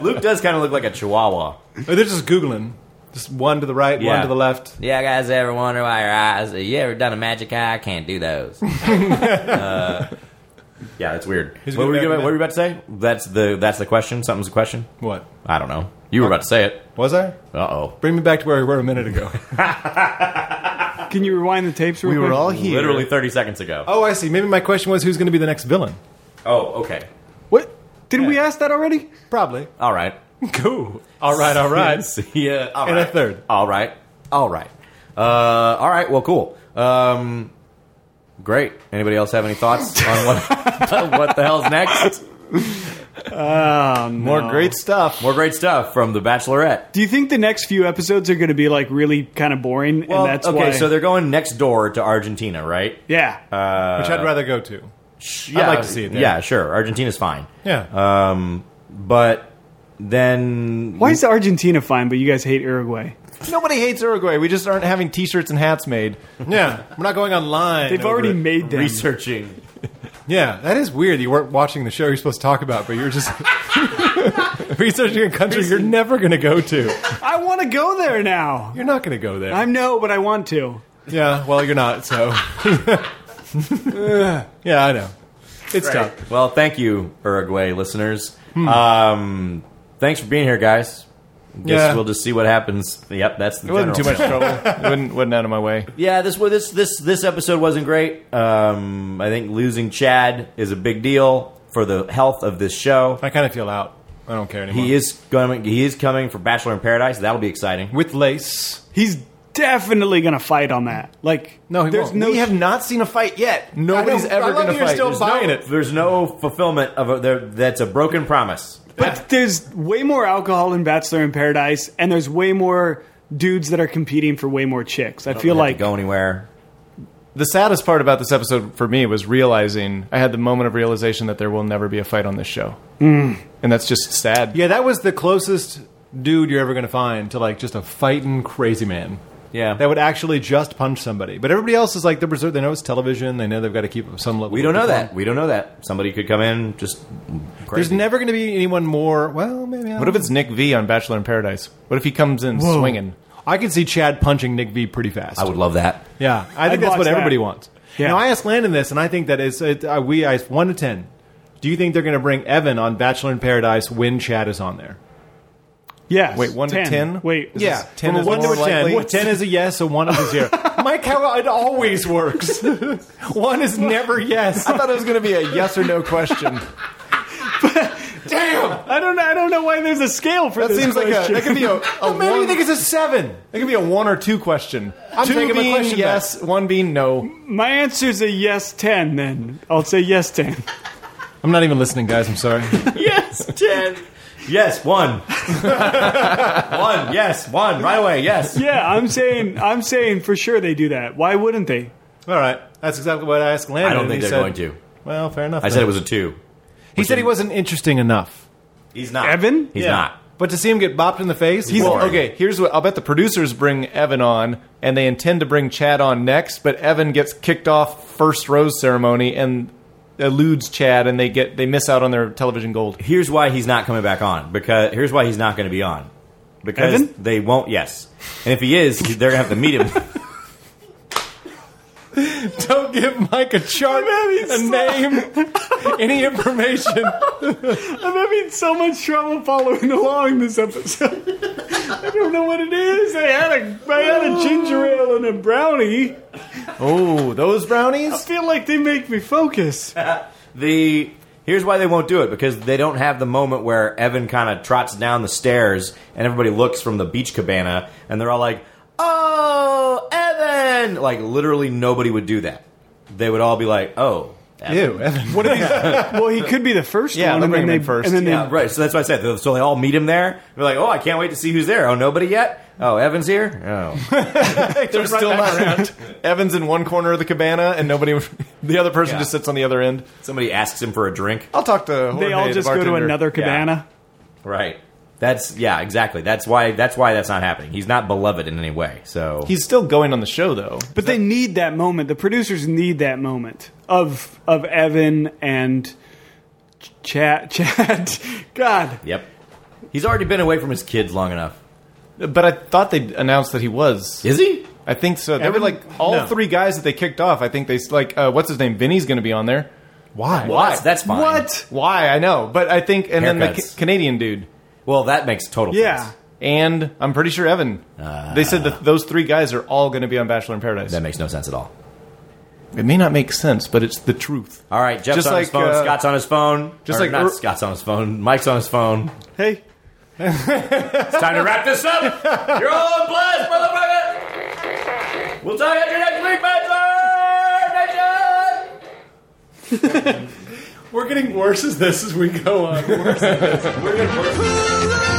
Speaker 3: Luke does kind of look like a chihuahua.
Speaker 2: just googling, just one to the right, one
Speaker 3: Yeah.
Speaker 2: to the left.
Speaker 6: Yeah, guys, ever wonder why your eyes? You ever done a magic eye? I can't do those. Uh,
Speaker 3: Yeah, that's weird.
Speaker 2: He's a
Speaker 3: What
Speaker 2: good
Speaker 3: were, you, about-
Speaker 2: American
Speaker 3: what were
Speaker 2: man.
Speaker 3: you about to say? That's the that's the question. Something's the question.
Speaker 2: What?
Speaker 3: I don't know. You were about to say it.
Speaker 2: Was I?
Speaker 3: Uh oh.
Speaker 2: Bring me back to where we were a minute ago.
Speaker 1: Can you rewind the tapes? Real
Speaker 5: we were
Speaker 1: quick?
Speaker 5: all here?
Speaker 3: Literally thirty seconds ago.
Speaker 2: oh, I see. Maybe my question was who's going to be the next villain?
Speaker 3: Oh, okay.
Speaker 1: What? Didn't we ask that already?
Speaker 2: Probably.
Speaker 3: All right.
Speaker 2: Cool. All right, all right.
Speaker 3: yeah. All
Speaker 2: And a
Speaker 3: right.
Speaker 2: third.
Speaker 3: All right. All right. Uh, all right. Well, cool. Um, great. Anybody else have any thoughts on what what the hell's next?
Speaker 5: More great stuff.
Speaker 3: More great stuff from The Bachelorette.
Speaker 1: Do you think the next few episodes are going to be like really kind of boring?
Speaker 3: Well,
Speaker 1: and that's
Speaker 3: okay.
Speaker 1: why.
Speaker 3: So they're going next door to Argentina, right?
Speaker 1: yeah.
Speaker 2: Which I'd rather go to.
Speaker 3: Yeah,
Speaker 2: like to see it there.
Speaker 3: Yeah, sure. Argentina's fine,
Speaker 2: Yeah.
Speaker 5: Uh,
Speaker 3: but then
Speaker 1: why is Argentina fine, but you guys hate Uruguay?
Speaker 5: Nobody hates Uruguay. We just aren't having T-shirts and hats made.
Speaker 2: yeah. We're not going online.
Speaker 1: They've
Speaker 2: over
Speaker 1: already
Speaker 2: it.
Speaker 1: made them.
Speaker 3: researching.
Speaker 2: Yeah, that is weird. You weren't watching the show you're supposed to talk about, but you're just researching a country you're never going to go to.
Speaker 1: I want to go there now.
Speaker 2: You're not going to go there.
Speaker 1: I'm no, but I want to.
Speaker 2: yeah, well, you're not, so. yeah, I know. It's tough.
Speaker 3: Well, thank you, Uruguay listeners. Um, thanks for being here, guys. Guess
Speaker 2: Yeah.
Speaker 3: we'll just see what happens. Yep, that's the
Speaker 5: It wasn't too much
Speaker 3: general.
Speaker 5: trouble. It wasn't, wasn't out of my way.
Speaker 3: Yeah, this wa- this this this episode wasn't great. Um, I think losing Chad is a big deal for the health of this show.
Speaker 2: I kind of feel out. I don't care anymore.
Speaker 3: He is going. He is coming for Bachelor in Paradise. That'll be exciting.
Speaker 2: with lace.
Speaker 1: He's definitely gonna fight on that. Like
Speaker 2: No, he
Speaker 1: there's
Speaker 2: won't.
Speaker 1: no
Speaker 5: We have not seen a fight yet.
Speaker 2: Nobody's
Speaker 5: I know-
Speaker 2: ever
Speaker 5: I love
Speaker 2: gonna
Speaker 5: that you're
Speaker 2: fight.
Speaker 5: still
Speaker 2: There's
Speaker 5: buying
Speaker 2: no-
Speaker 5: it.
Speaker 3: Theref- There's no fulfillment of a, there. That's a broken promise.
Speaker 1: But there's way more alcohol in Bachelor in Paradise, and there's way more dudes that are competing for way more chicks. I
Speaker 5: Oh,
Speaker 1: feel
Speaker 3: Doesn't have
Speaker 1: like
Speaker 3: to go anywhere.
Speaker 5: The saddest part about this episode for me was realizing I had the moment of realization that there will never be a fight on this show, and that's just sad.
Speaker 2: Mm. Yeah, that was the closest dude you're ever going to find to like just a fighting crazy man.
Speaker 3: Yeah.
Speaker 2: That would actually just punch somebody. But everybody else is like they're berserk. They know it's television. They know they've got to keep up some level.
Speaker 3: we
Speaker 2: of
Speaker 3: don't know
Speaker 2: decorum.
Speaker 3: that. We don't know that. Somebody could come in just.
Speaker 2: There's
Speaker 3: Crazy.
Speaker 2: never going to be anyone more. Well, maybe. I
Speaker 5: What if
Speaker 2: don't
Speaker 5: it's Nick V on Bachelor in Paradise? What if he comes in
Speaker 2: know.
Speaker 5: swinging?
Speaker 2: I could see Chad punching Nick V pretty fast.
Speaker 3: I would love that.
Speaker 2: Yeah, I think
Speaker 1: I'd
Speaker 2: that's
Speaker 1: watch
Speaker 2: what
Speaker 1: that.
Speaker 2: everybody wants.
Speaker 1: Yeah.
Speaker 2: Now I asked Landon this, and I think that it's it, uh, we I one to ten. Do you think they're going to bring Evan on Bachelor in Paradise when Chad is on there?
Speaker 1: yes.
Speaker 5: Wait, one to 10?
Speaker 1: Wait,
Speaker 5: Is
Speaker 2: Yeah,
Speaker 5: this- ten
Speaker 2: From
Speaker 5: is
Speaker 2: one
Speaker 5: more
Speaker 2: to a ten.
Speaker 5: likely?
Speaker 2: What ten is a yes, so one is a zero. Mike, how it always works. one is never yes.
Speaker 5: I thought it was going to be a yes or no question.
Speaker 2: Damn,
Speaker 1: I don't. I don't know why there's a scale for
Speaker 5: That
Speaker 1: this.
Speaker 5: seems like a
Speaker 1: question.
Speaker 5: that could be a, a
Speaker 2: maybe you
Speaker 5: one,
Speaker 2: think it's a seven.
Speaker 5: that could be a one or two question.
Speaker 2: I'm
Speaker 5: two
Speaker 2: taking my
Speaker 5: being
Speaker 2: question back.
Speaker 5: yes, one being no.
Speaker 1: My answer's a yes ten. Then I'll say yes ten.
Speaker 2: I'm not even listening, guys. I'm sorry.
Speaker 3: Yes, ten. Yes, one. one. Yes, one. Right away. Yes.
Speaker 1: Yeah, I'm saying. I'm saying for sure they do that. Why wouldn't they?
Speaker 2: All right, that's exactly what I asked Landon.
Speaker 3: I don't
Speaker 2: and
Speaker 3: think
Speaker 2: he
Speaker 3: they're
Speaker 2: said-
Speaker 3: going to.
Speaker 2: Well, fair enough.
Speaker 3: I said it was a two.
Speaker 2: He said he wasn't interesting enough.
Speaker 3: He's not.
Speaker 1: Evan?
Speaker 3: He's
Speaker 2: Yeah.
Speaker 3: not.
Speaker 2: But to see him get bopped in the face, he's
Speaker 5: Well,
Speaker 3: boring.
Speaker 5: okay, here's what I'll bet the producers bring Evan on, and they intend to bring Chad on next, but Evan gets kicked off first rose ceremony and eludes Chad, and they get they miss out on their television gold.
Speaker 3: here's why he's not coming back on because here's why he's not going to be on because
Speaker 1: Evan?
Speaker 3: they won't yes and if he is they're going to have to meet him
Speaker 2: Don't give Mike a chart, a name, any information.
Speaker 1: I'm having so much trouble following along this episode. I don't know what it is. I had a. I had a ginger ale and a brownie.
Speaker 2: Oh, those brownies?
Speaker 1: feel like they make me focus.
Speaker 3: the here's why they won't do it because they don't have the moment where Evan kind of trots down the stairs and everybody looks from the beach cabana and they're all like oh Evan like literally nobody would do that they would all be like oh Evan.
Speaker 2: Ew, Evan. What
Speaker 1: Well, he could be the first
Speaker 5: Yeah,
Speaker 1: one,
Speaker 5: they'll
Speaker 1: and
Speaker 5: bring
Speaker 1: then
Speaker 5: him
Speaker 1: they
Speaker 5: in first.
Speaker 1: and then
Speaker 3: Yeah, right. So that's why I said. So they all meet him there. They're like, "Oh, I can't wait to see who's there. Oh, nobody yet. Oh, Evan's here. Oh,
Speaker 5: They're still not around. Evan's in one corner of the cabana, and nobody, the other person
Speaker 3: Yeah.
Speaker 5: just sits on the other end.
Speaker 3: Somebody asks him for a drink.
Speaker 5: I'll talk to.
Speaker 1: they,
Speaker 5: Jorge,
Speaker 1: they all
Speaker 5: the
Speaker 1: just go to
Speaker 5: bartender.
Speaker 1: another cabana.
Speaker 3: Right. That's yeah, exactly. That's why that's why that's not happening. He's not beloved in any way. So
Speaker 5: He's still going on the show though.
Speaker 1: But they need that moment. The producers need that moment of of Evan and Ch- Chad. Chad, God,
Speaker 3: Yep. He's already been away from his kids long enough.
Speaker 5: But I thought they announced that he was.
Speaker 3: Is he?
Speaker 5: I think so. They were
Speaker 2: Evan-
Speaker 5: like all
Speaker 2: No.
Speaker 5: three guys that they kicked off. I think they s- like uh, what's his name? Vinny's going to be on there.
Speaker 2: Why?
Speaker 3: Well, that's, that's fine.
Speaker 1: what?
Speaker 5: Why I know, but I think and then the
Speaker 3: Haircuts.
Speaker 5: ca- Canadian dude
Speaker 3: Well, that makes total
Speaker 1: Yeah,
Speaker 3: sense.
Speaker 5: and I'm pretty sure Evan. they said that those three guys are all going to be on Bachelor in Paradise.
Speaker 3: That makes no sense at all.
Speaker 5: it may not make sense, but it's the truth.
Speaker 3: All right, Jeff's
Speaker 5: Just
Speaker 3: on his
Speaker 5: like,
Speaker 3: phone.
Speaker 5: uh,
Speaker 3: Scott's on his phone.
Speaker 5: just
Speaker 3: Or
Speaker 5: like
Speaker 3: not
Speaker 5: Ur-
Speaker 3: Scott's on his phone. Mike's on his phone.
Speaker 1: hey,
Speaker 3: It's time to wrap this up. You're all on blast, motherfucker. We'll talk after next week, Bachelor Nation.
Speaker 2: We're getting worse as this as we go on.
Speaker 4: Pull the Pues